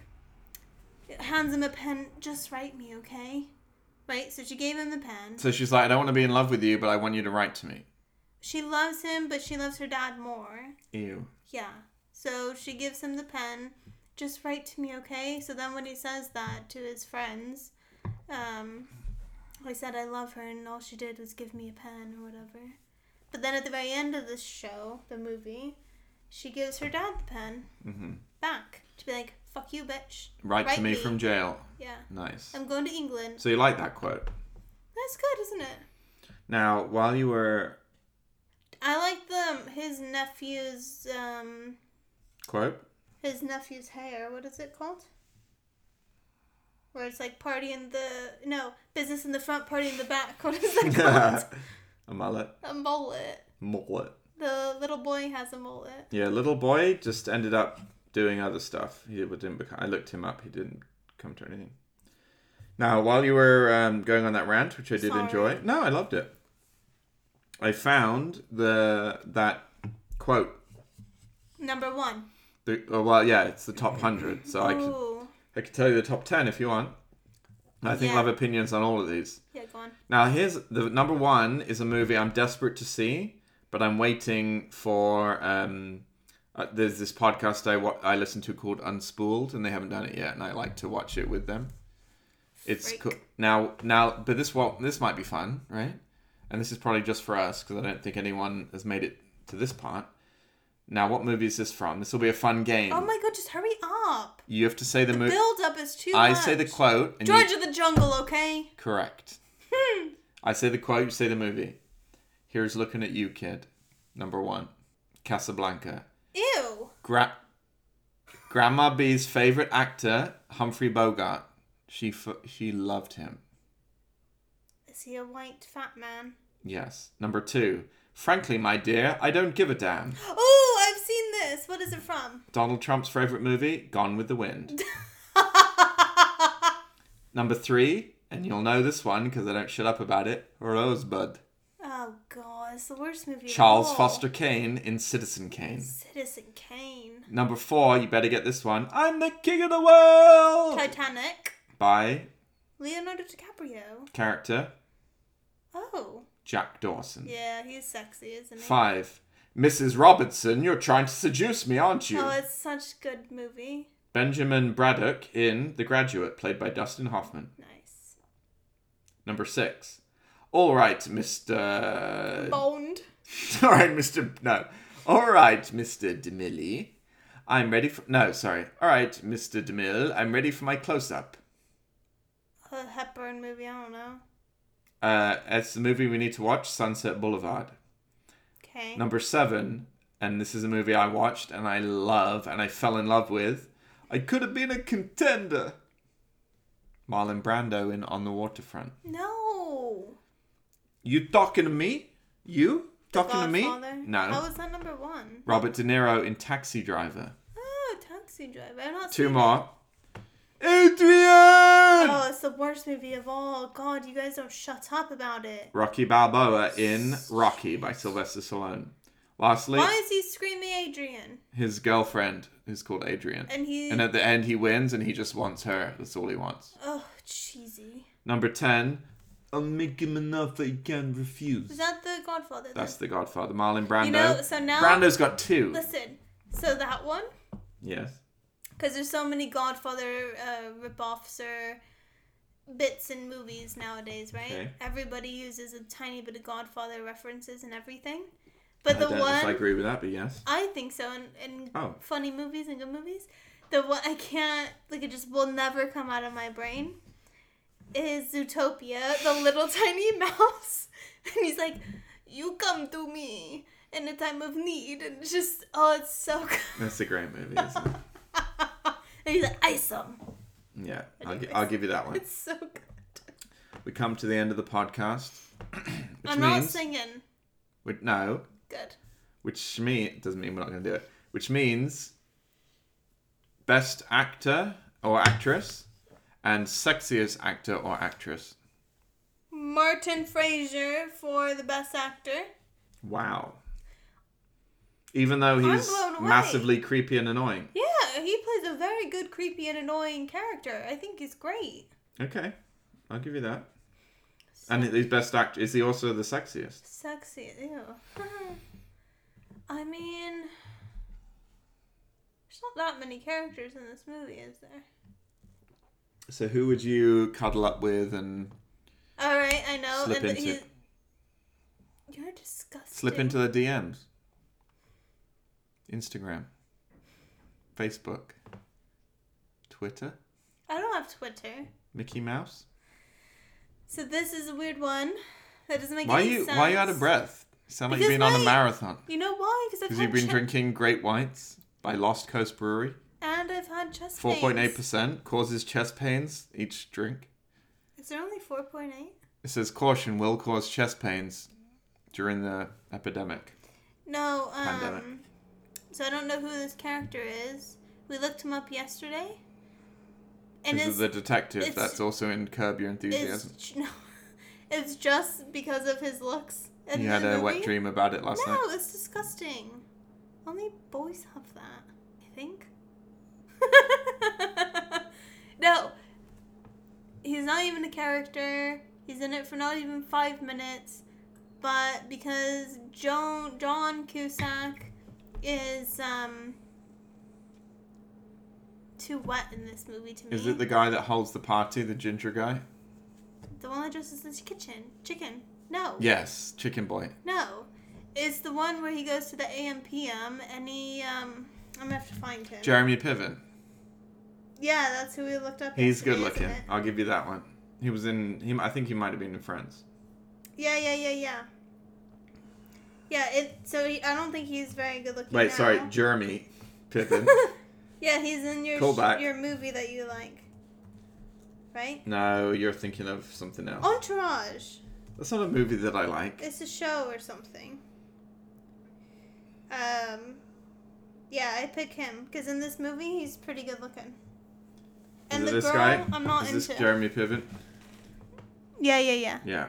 C: hands him a pen. Just write me, okay? Right. So she gave him the pen.
A: So she's like, I don't want to be in love with you, but I want you to write to me.
C: she loves him, but she loves her dad more.
A: Ew.
C: Yeah. So she gives him the pen. Just write to me, okay? So then when he says that to his friends, um, he said, I love her, and all she did was give me a pen or whatever. But then at the very end of this show, the movie, she gives her dad the pen
A: Mm-hmm.
C: back to be like, fuck you, bitch.
A: Write, to me, from jail.
C: Yeah.
A: Nice.
C: I'm going to England.
A: So you like that quote.
C: That's good, isn't it?
A: Now, while you were
C: I like the um, his nephew's um
A: quote,
C: his nephew's hair. What is it called? Where it's like party in the no business in the front, party in the back. [laughs] What is
A: [laughs]
C: that called?
A: a mullet,
C: a mullet.
A: mullet.
C: The little boy has a mullet.
A: Yeah, little boy just ended up doing other stuff. He didn't become. I looked him up. He didn't come to anything. Now, while you were um, going on that rant, which I did
C: Sorry.
A: enjoy, no, I loved it. I found the that quote.
C: Number one.
A: The, oh, well, yeah, it's the top hundred, so I can
C: Ooh.
A: I can tell you the top ten if you want. I think
C: Yeah.
A: I'll have opinions on all of these.
C: Yeah, go on.
A: Now, here's the number one is a movie I'm desperate to see, but I'm waiting for. Um, uh, there's this podcast I wa- I listen to called Unspooled, and they haven't done it yet, and I like to watch it with them. It's
C: Freak.
A: cool now now, but this well, this might be fun, right? And this is probably just for us because I don't think anyone has made it to this part. Now, what movie is this from? This will be a fun game.
C: Oh my god, just hurry up.
A: you have to say the,
C: The
A: movie.
C: build up is too
A: I
C: much.
A: say the quote. And you-
C: George Hmm. of the Jungle, okay?
A: Correct. I say the quote, you say the movie. Here's looking at you, kid. Number one, Casablanca.
C: Ew.
A: Gra- Grandma B's favorite actor, Humphrey Bogart. She f- she loved him.
C: Is he a white fat man?
A: Yes. Number two, frankly, my dear, I don't give a damn.
C: Ooh, I've seen this. What is it from? [laughs]
A: Donald Trump's favorite movie, Gone with the Wind. Number three, and you'll know this one because I don't shut up about it. Rosebud.
C: Oh god, it's the worst movie. of
A: Charles
C: all.
A: Foster Kane in Citizen Kane.
C: Citizen Kane.
A: Number four, you better get this one. I'm the king of the world
C: Titanic.
A: by
C: Leonardo DiCaprio.
A: character
C: Oh.
A: Jack Dawson.
C: Yeah, he's sexy, isn't he?
A: Five, Mrs. Robertson, you're trying to seduce me, aren't you?
C: Oh, it's such a good movie.
A: Benjamin Braddock in The Graduate, played by Dustin Hoffman.
C: Nice.
A: Number six, all right, Mr.
C: Bond.
A: [laughs] all right, Mr. No, all right, Mr. Demille. I'm ready for no, sorry. All right, Mr. Demille, I'm ready for my close-up.
C: A Hepburn movie, I don't know.
A: Uh, it's the movie we need to watch, Sunset Boulevard.
C: Okay.
A: Number seven, and this is a movie I watched and I love and I fell in love with. I could have been a contender. Marlon Brando in On the Waterfront.
C: No.
A: You talking to me? You talking to me?
C: Godfather?
A: No.
C: How was that number one?
A: Robert De Niro in Taxi Driver.
C: Oh, Taxi Driver. I'm not
A: Two
C: seen
A: more.
C: it.
A: Adrian!
C: Oh, it's the worst movie of all. God, you guys don't shut up about it.
A: Rocky Balboa in Rocky by Sylvester Stallone. Lastly,
C: Why is he screaming Adrian?
A: his girlfriend is called Adrian.
C: And he-
A: and at the end, he wins and he just wants her. That's all he wants.
C: Oh, cheesy.
A: Number 10. I'll make him an offer he can
C: Was
A: refuse.
C: that the Godfather? then?
A: That's the Godfather. Marlon Brando.
C: You know, so now-
A: Brando's got two.
C: Listen, so that one,
A: Yes.
C: because there's so many Godfather uh, rip-offs or bits in movies nowadays, right?
A: Okay.
C: Everybody uses a tiny bit of Godfather references and everything. But
A: I
C: the
A: don't know
C: one
A: if I agree with that, but yes.
C: I think so in, in
A: Oh.
C: funny movies and good movies. the one I can't like it just will never come out of my brain is Zootopia, the little [laughs] tiny mouse, [laughs] and he's like, "You come to me in a time of need," and it's just oh, it's so [laughs] good.
A: That's a great movie, isn't it?
C: And he's like, "Ice 'em." [laughs]
A: Yeah, I'll, gi- I'll give you that one.
C: It's so good.
A: We come to the end of the
C: [clears throat]
A: podcast. which
C: I'm not
A: means,
C: singing.
A: we- no,
C: Good.
A: which mean doesn't mean we're not going to do it. Which means best actor or actress and sexiest actor or actress.
C: Martin Fraser for the best actor.
A: Wow. Even though he's
C: blown away.
A: massively creepy and annoying.
C: Yeah, he plays a very good, creepy, and annoying character. I think he's great.
A: Okay, I'll give you that. And he's best actor. Is he also the sexiest?
C: Sexy. Ew. [laughs] I mean, there's not that many characters in this movie, is there?
A: So who would you cuddle up with and
C: All right, I know.
A: slip
C: and
A: into?
C: he's, you're disgusting.
A: Slip into the DMs. Instagram. Facebook. Twitter.
C: I don't have Twitter,
A: Mickey Mouse.
C: so this is a weird one. That doesn't make
A: Why are
C: any
A: you
C: sense.
A: why are you out of breath? You sound like
C: Because
A: you've been on a
C: my-
A: marathon.
C: You know why? Because I've
A: Because
C: had
A: you've been
C: che-
A: drinking Great Whites by Lost Coast Brewery.
C: and I've had chest
A: Four point eight
C: pains.
A: percent causes chest pains each drink.
C: Is there only four point eight?
A: It says caution will cause chest pains during the epidemic.
C: No, um.
A: Pandemic.
C: So I don't know who this character is. We looked him up yesterday. And
A: This is
C: it's,
A: the detective
C: it's-
A: that's also in Curb Your
C: it's,
A: Enthusiasm.
C: j- [laughs] no, it's just because of his looks. in
A: You
C: the
A: had a wet
C: movie.
A: dream about it last night.
C: No, it's disgusting. Only boys have that, I think. [laughs] no. He's not even a character. He's in it for not even five minutes. But because Joan John Cusack is um too wet in this movie to me.
A: Is it the guy that holds the party, the ginger guy?
C: the one that dresses as kitchen chicken? No.
A: Yes, Chicken Boy.
C: No, it's the one where he goes to the AMPM and he um. I'm gonna have to find him.
A: Jeremy Piven.
C: yeah, that's who we looked up.
A: He's
C: yesterday,
A: good looking.
C: isn't it?
A: I'll give you that one. He was in. He, I think he might have been in Friends.
C: Yeah, yeah, yeah, yeah. Yeah, it. So he, I don't think he's very good looking.
A: Wait,
C: now.
A: sorry, Jeremy
C: [laughs]
A: Piven.
C: yeah, he's in your
A: Call
C: sh-
A: back.
C: your movie that you like, right?
A: no, you're thinking of something else.
C: Oh. Entourage.
A: That's not a movie that I like.
C: It's a show or something. Um, yeah, I pick him because in this movie he's pretty good looking. And
A: Is it
C: the
A: this
C: girl,
A: guy?
C: I'm not
A: Is this
C: into.
A: Jeremy Piven?
C: Yeah, yeah, yeah.
A: Yeah.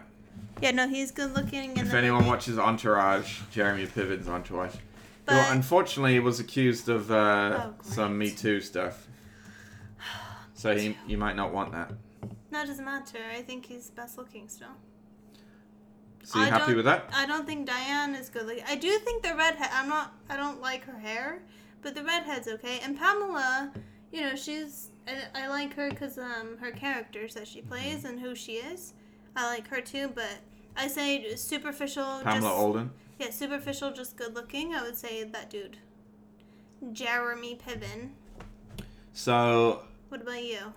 C: Yeah, no, he's good looking. And
A: If anyone watches Entourage, Jeremy Piven's Entourage. Who
C: But-
A: unfortunately was accused of uh,
C: Oh, great.
A: some Me Too stuff. So he, you might not want that.
C: no, it doesn't matter. I think he's best looking still.
A: So you
C: I
A: happy
C: don't-
A: with that?
C: I don't think Diane is good looking. I do think the redhead. I'm not. I don't like her hair, but the redhead's okay. And Pamela, you know, she's. I, I like her because um her characters that she plays and who she is. I like her too, but I say superficial.
A: Pamela
C: just,
A: Alden.
C: Yeah, superficial, just good looking. I would say that dude. Jeremy Piven.
A: So
C: What about you?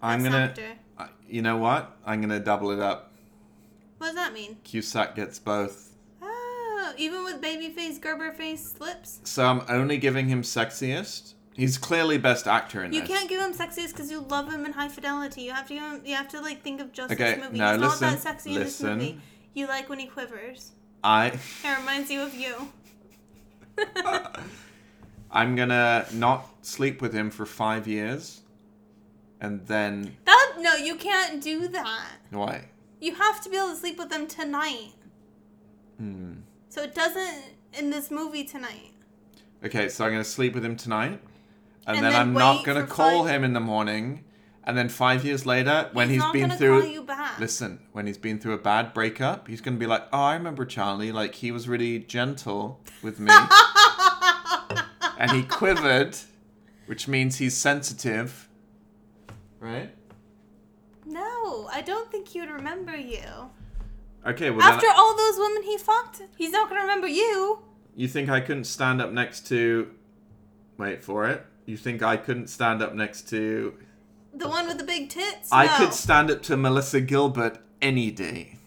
A: I'm
C: Best
A: gonna.
C: actor.
A: I- You know what? I'm gonna double it up.
C: What does that mean?
A: Cusack gets both.
C: Oh, even with babyface, Gerber face lips.
A: So I'm only giving him sexiest. He's clearly best actor in
C: You
A: this.
C: can't give him sexiest because you love him in High Fidelity. You have to give him. You have to like think of just
A: Okay,
C: this movie.
A: no,
C: He's not
A: listen,
C: that sexy
A: listen.
C: in this movie. You like when he quivers.
A: I
C: It reminds you of you.
A: I'm gonna not sleep with him for five years, and then
C: That no, you can't do that.
A: why?
C: You have to be able to sleep with them tonight.
A: Hmm.
C: So it doesn't in this movie tonight.
A: Okay, so I'm gonna sleep with him tonight, and,
C: And
A: then,
C: then
A: I'm not
C: wait
A: gonna
C: for
A: call
C: five-
A: him in the morning, and then five years later, when
C: he's not
A: been
C: gonna
A: through,
C: call you back.
A: listen, when he's been through a bad breakup, he's gonna be like, "Oh, I remember Charlie. Like he was really gentle with
C: [laughs]
A: me, and he quivered, which means he's sensitive, right?"
C: No, I don't think he would remember you.
A: Okay, well
C: After
A: then,
C: all those women he fucked, he's not gonna remember you.
A: you think I couldn't stand up next to? Wait for it. You think I couldn't stand up next to.
C: The one with the big tits?
A: I
C: no.
A: could stand up to Melissa Gilbert any day.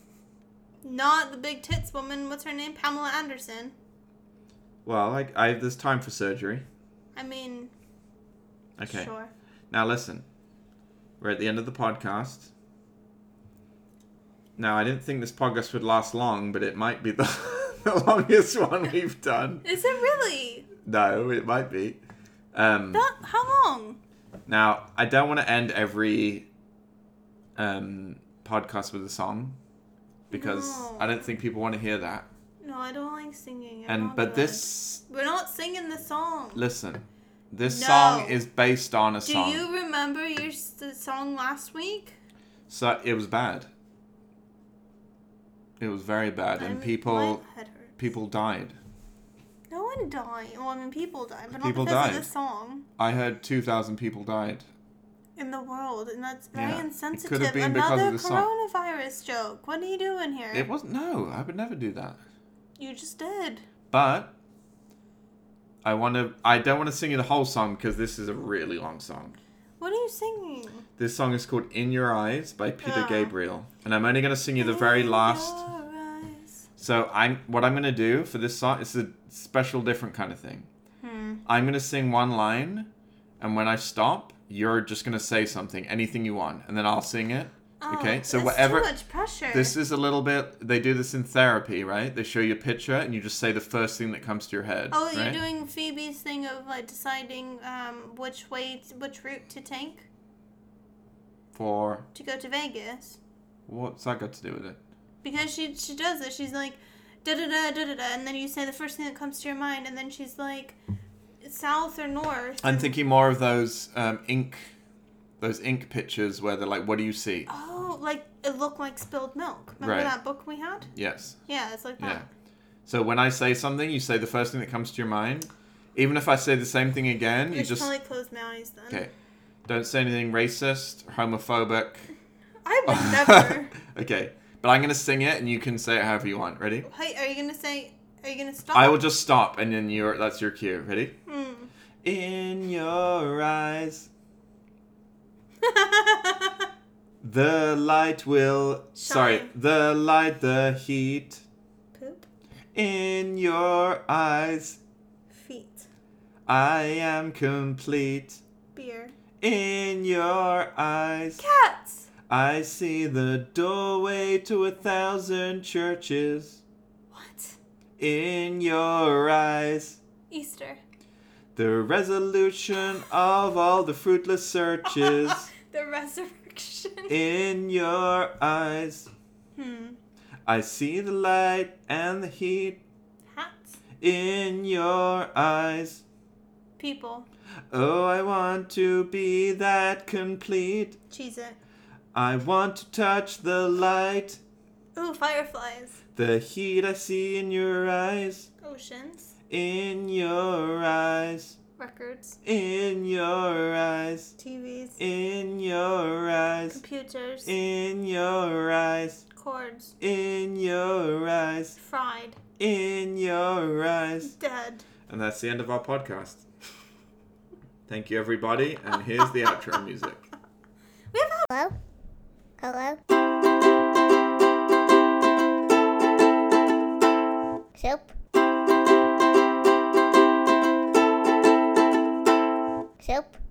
C: Not the big tits woman. What's her name? Pamela Anderson.
A: Well, I, I there's time for surgery.
C: I mean,
A: Okay.
C: sure.
A: Now listen, we're at the end of the podcast. Now I didn't think this podcast would last long, but it might be [laughs] the, the longest one we've done.
C: Is it really?
A: No, it might be. Um,
C: That, how long?
A: now I don't want to end every um, podcast with a song because
C: No.
A: I don't think people want to hear that.
C: No, I don't like singing. I'm
A: And
C: not
A: but
C: good.
A: this,
C: We're not singing the song.
A: listen, this
C: No.
A: song is based on a
C: Do
A: song,
C: you remember your s- the song last week?
A: so it was bad. It was very bad,
C: I'm-
A: and
C: my
A: people
C: head hurts.
A: people died.
C: No one died. Well, I mean, people died, but
A: People
C: not because
A: died.
C: of the song
A: I heard 2,000 people died.
C: in the world, and that's very
A: Yeah. It
C: insensitive.
A: could have been because
C: Another
A: of the song.
C: coronavirus joke. What are you doing here?
A: It wasn't, no, I would never do that.
C: you just did.
A: But I want to, I don't want to sing you the whole song because this is a really long song.
C: What are you singing?
A: This song is called In Your Eyes by Peter
C: Ah.
A: Gabriel. And I'm only going to sing you the very
C: In
A: last.
C: your eyes.
A: So I'm, what I'm going to do for this song, it's a special, different kind of thing.
C: Hmm.
A: I'm going to sing one line, and when I stop, you're just going to say something, anything you want, and then I'll sing it.
C: Oh,
A: okay? So
C: that's
A: whatever.
C: Too much pressure.
A: This is a little bit. They do this in therapy, right? They show you a picture and you just say the first thing that comes to your head.
C: Oh,
A: right?
C: you're doing Phoebe's thing of like deciding um, which way, which route to take
A: for
C: to go to Vegas.
A: what's that got to do with it?
C: Because she she does this. She's like, da da da da da da, and then you say the first thing that comes to your mind, and then she's like, south or north.
A: I'm thinking more of those um, ink, those ink pictures where they're like, "What do you see?"
C: Oh, like it looked like spilled milk. Remember
A: Right.
C: that book we had?
A: Yes.
C: Yeah, it's like
A: Yeah.
C: that.
A: So when I say something, you say the first thing that comes to your mind. Even if I say the same thing again,
C: I
A: you
C: should
A: just
C: probably close my eyes then.
A: okay. Don't say anything racist, homophobic.
C: I
A: [laughs]
C: would never.
A: okay, but I'm gonna sing it, and you can say it however you want. Ready?
C: Hey, are you gonna say? Are you gonna stop?
A: I will just stop, and then you're that's your cue. Ready?
C: Hmm.
A: In your eyes,
C: [laughs]
A: the light will. Sorry,
C: Shine.
A: the light, the heat.
C: Poop.
A: In your eyes,
C: Feet.
A: I am complete.
C: Beer.
A: In your eyes,
C: Cats.
A: I see the doorway to a thousand churches.
C: What?
A: In your eyes,
C: Easter.
A: the resolution of all the fruitless searches.
C: The resurrection.
A: In your eyes,
C: hmm.
A: I see the light and the heat.
C: [laughs] Hats.
A: In your eyes,
C: People.
A: oh, I want to be that complete.
C: Cheese it.
A: I want to touch the light,
C: Ooh, fireflies.
A: the heat I see in your eyes.
C: Oceans.
A: In your eyes,
C: Records.
A: in your eyes,
C: TVs.
A: in your eyes,
C: Computers.
A: in your eyes,
C: Cords.
A: in your eyes,
C: Fried.
A: in your eyes.
C: Dead.
A: And that's the end of our podcast. Thank you, everybody. And here's the outro music.
C: We have a-
B: Hello? Hello? Soap?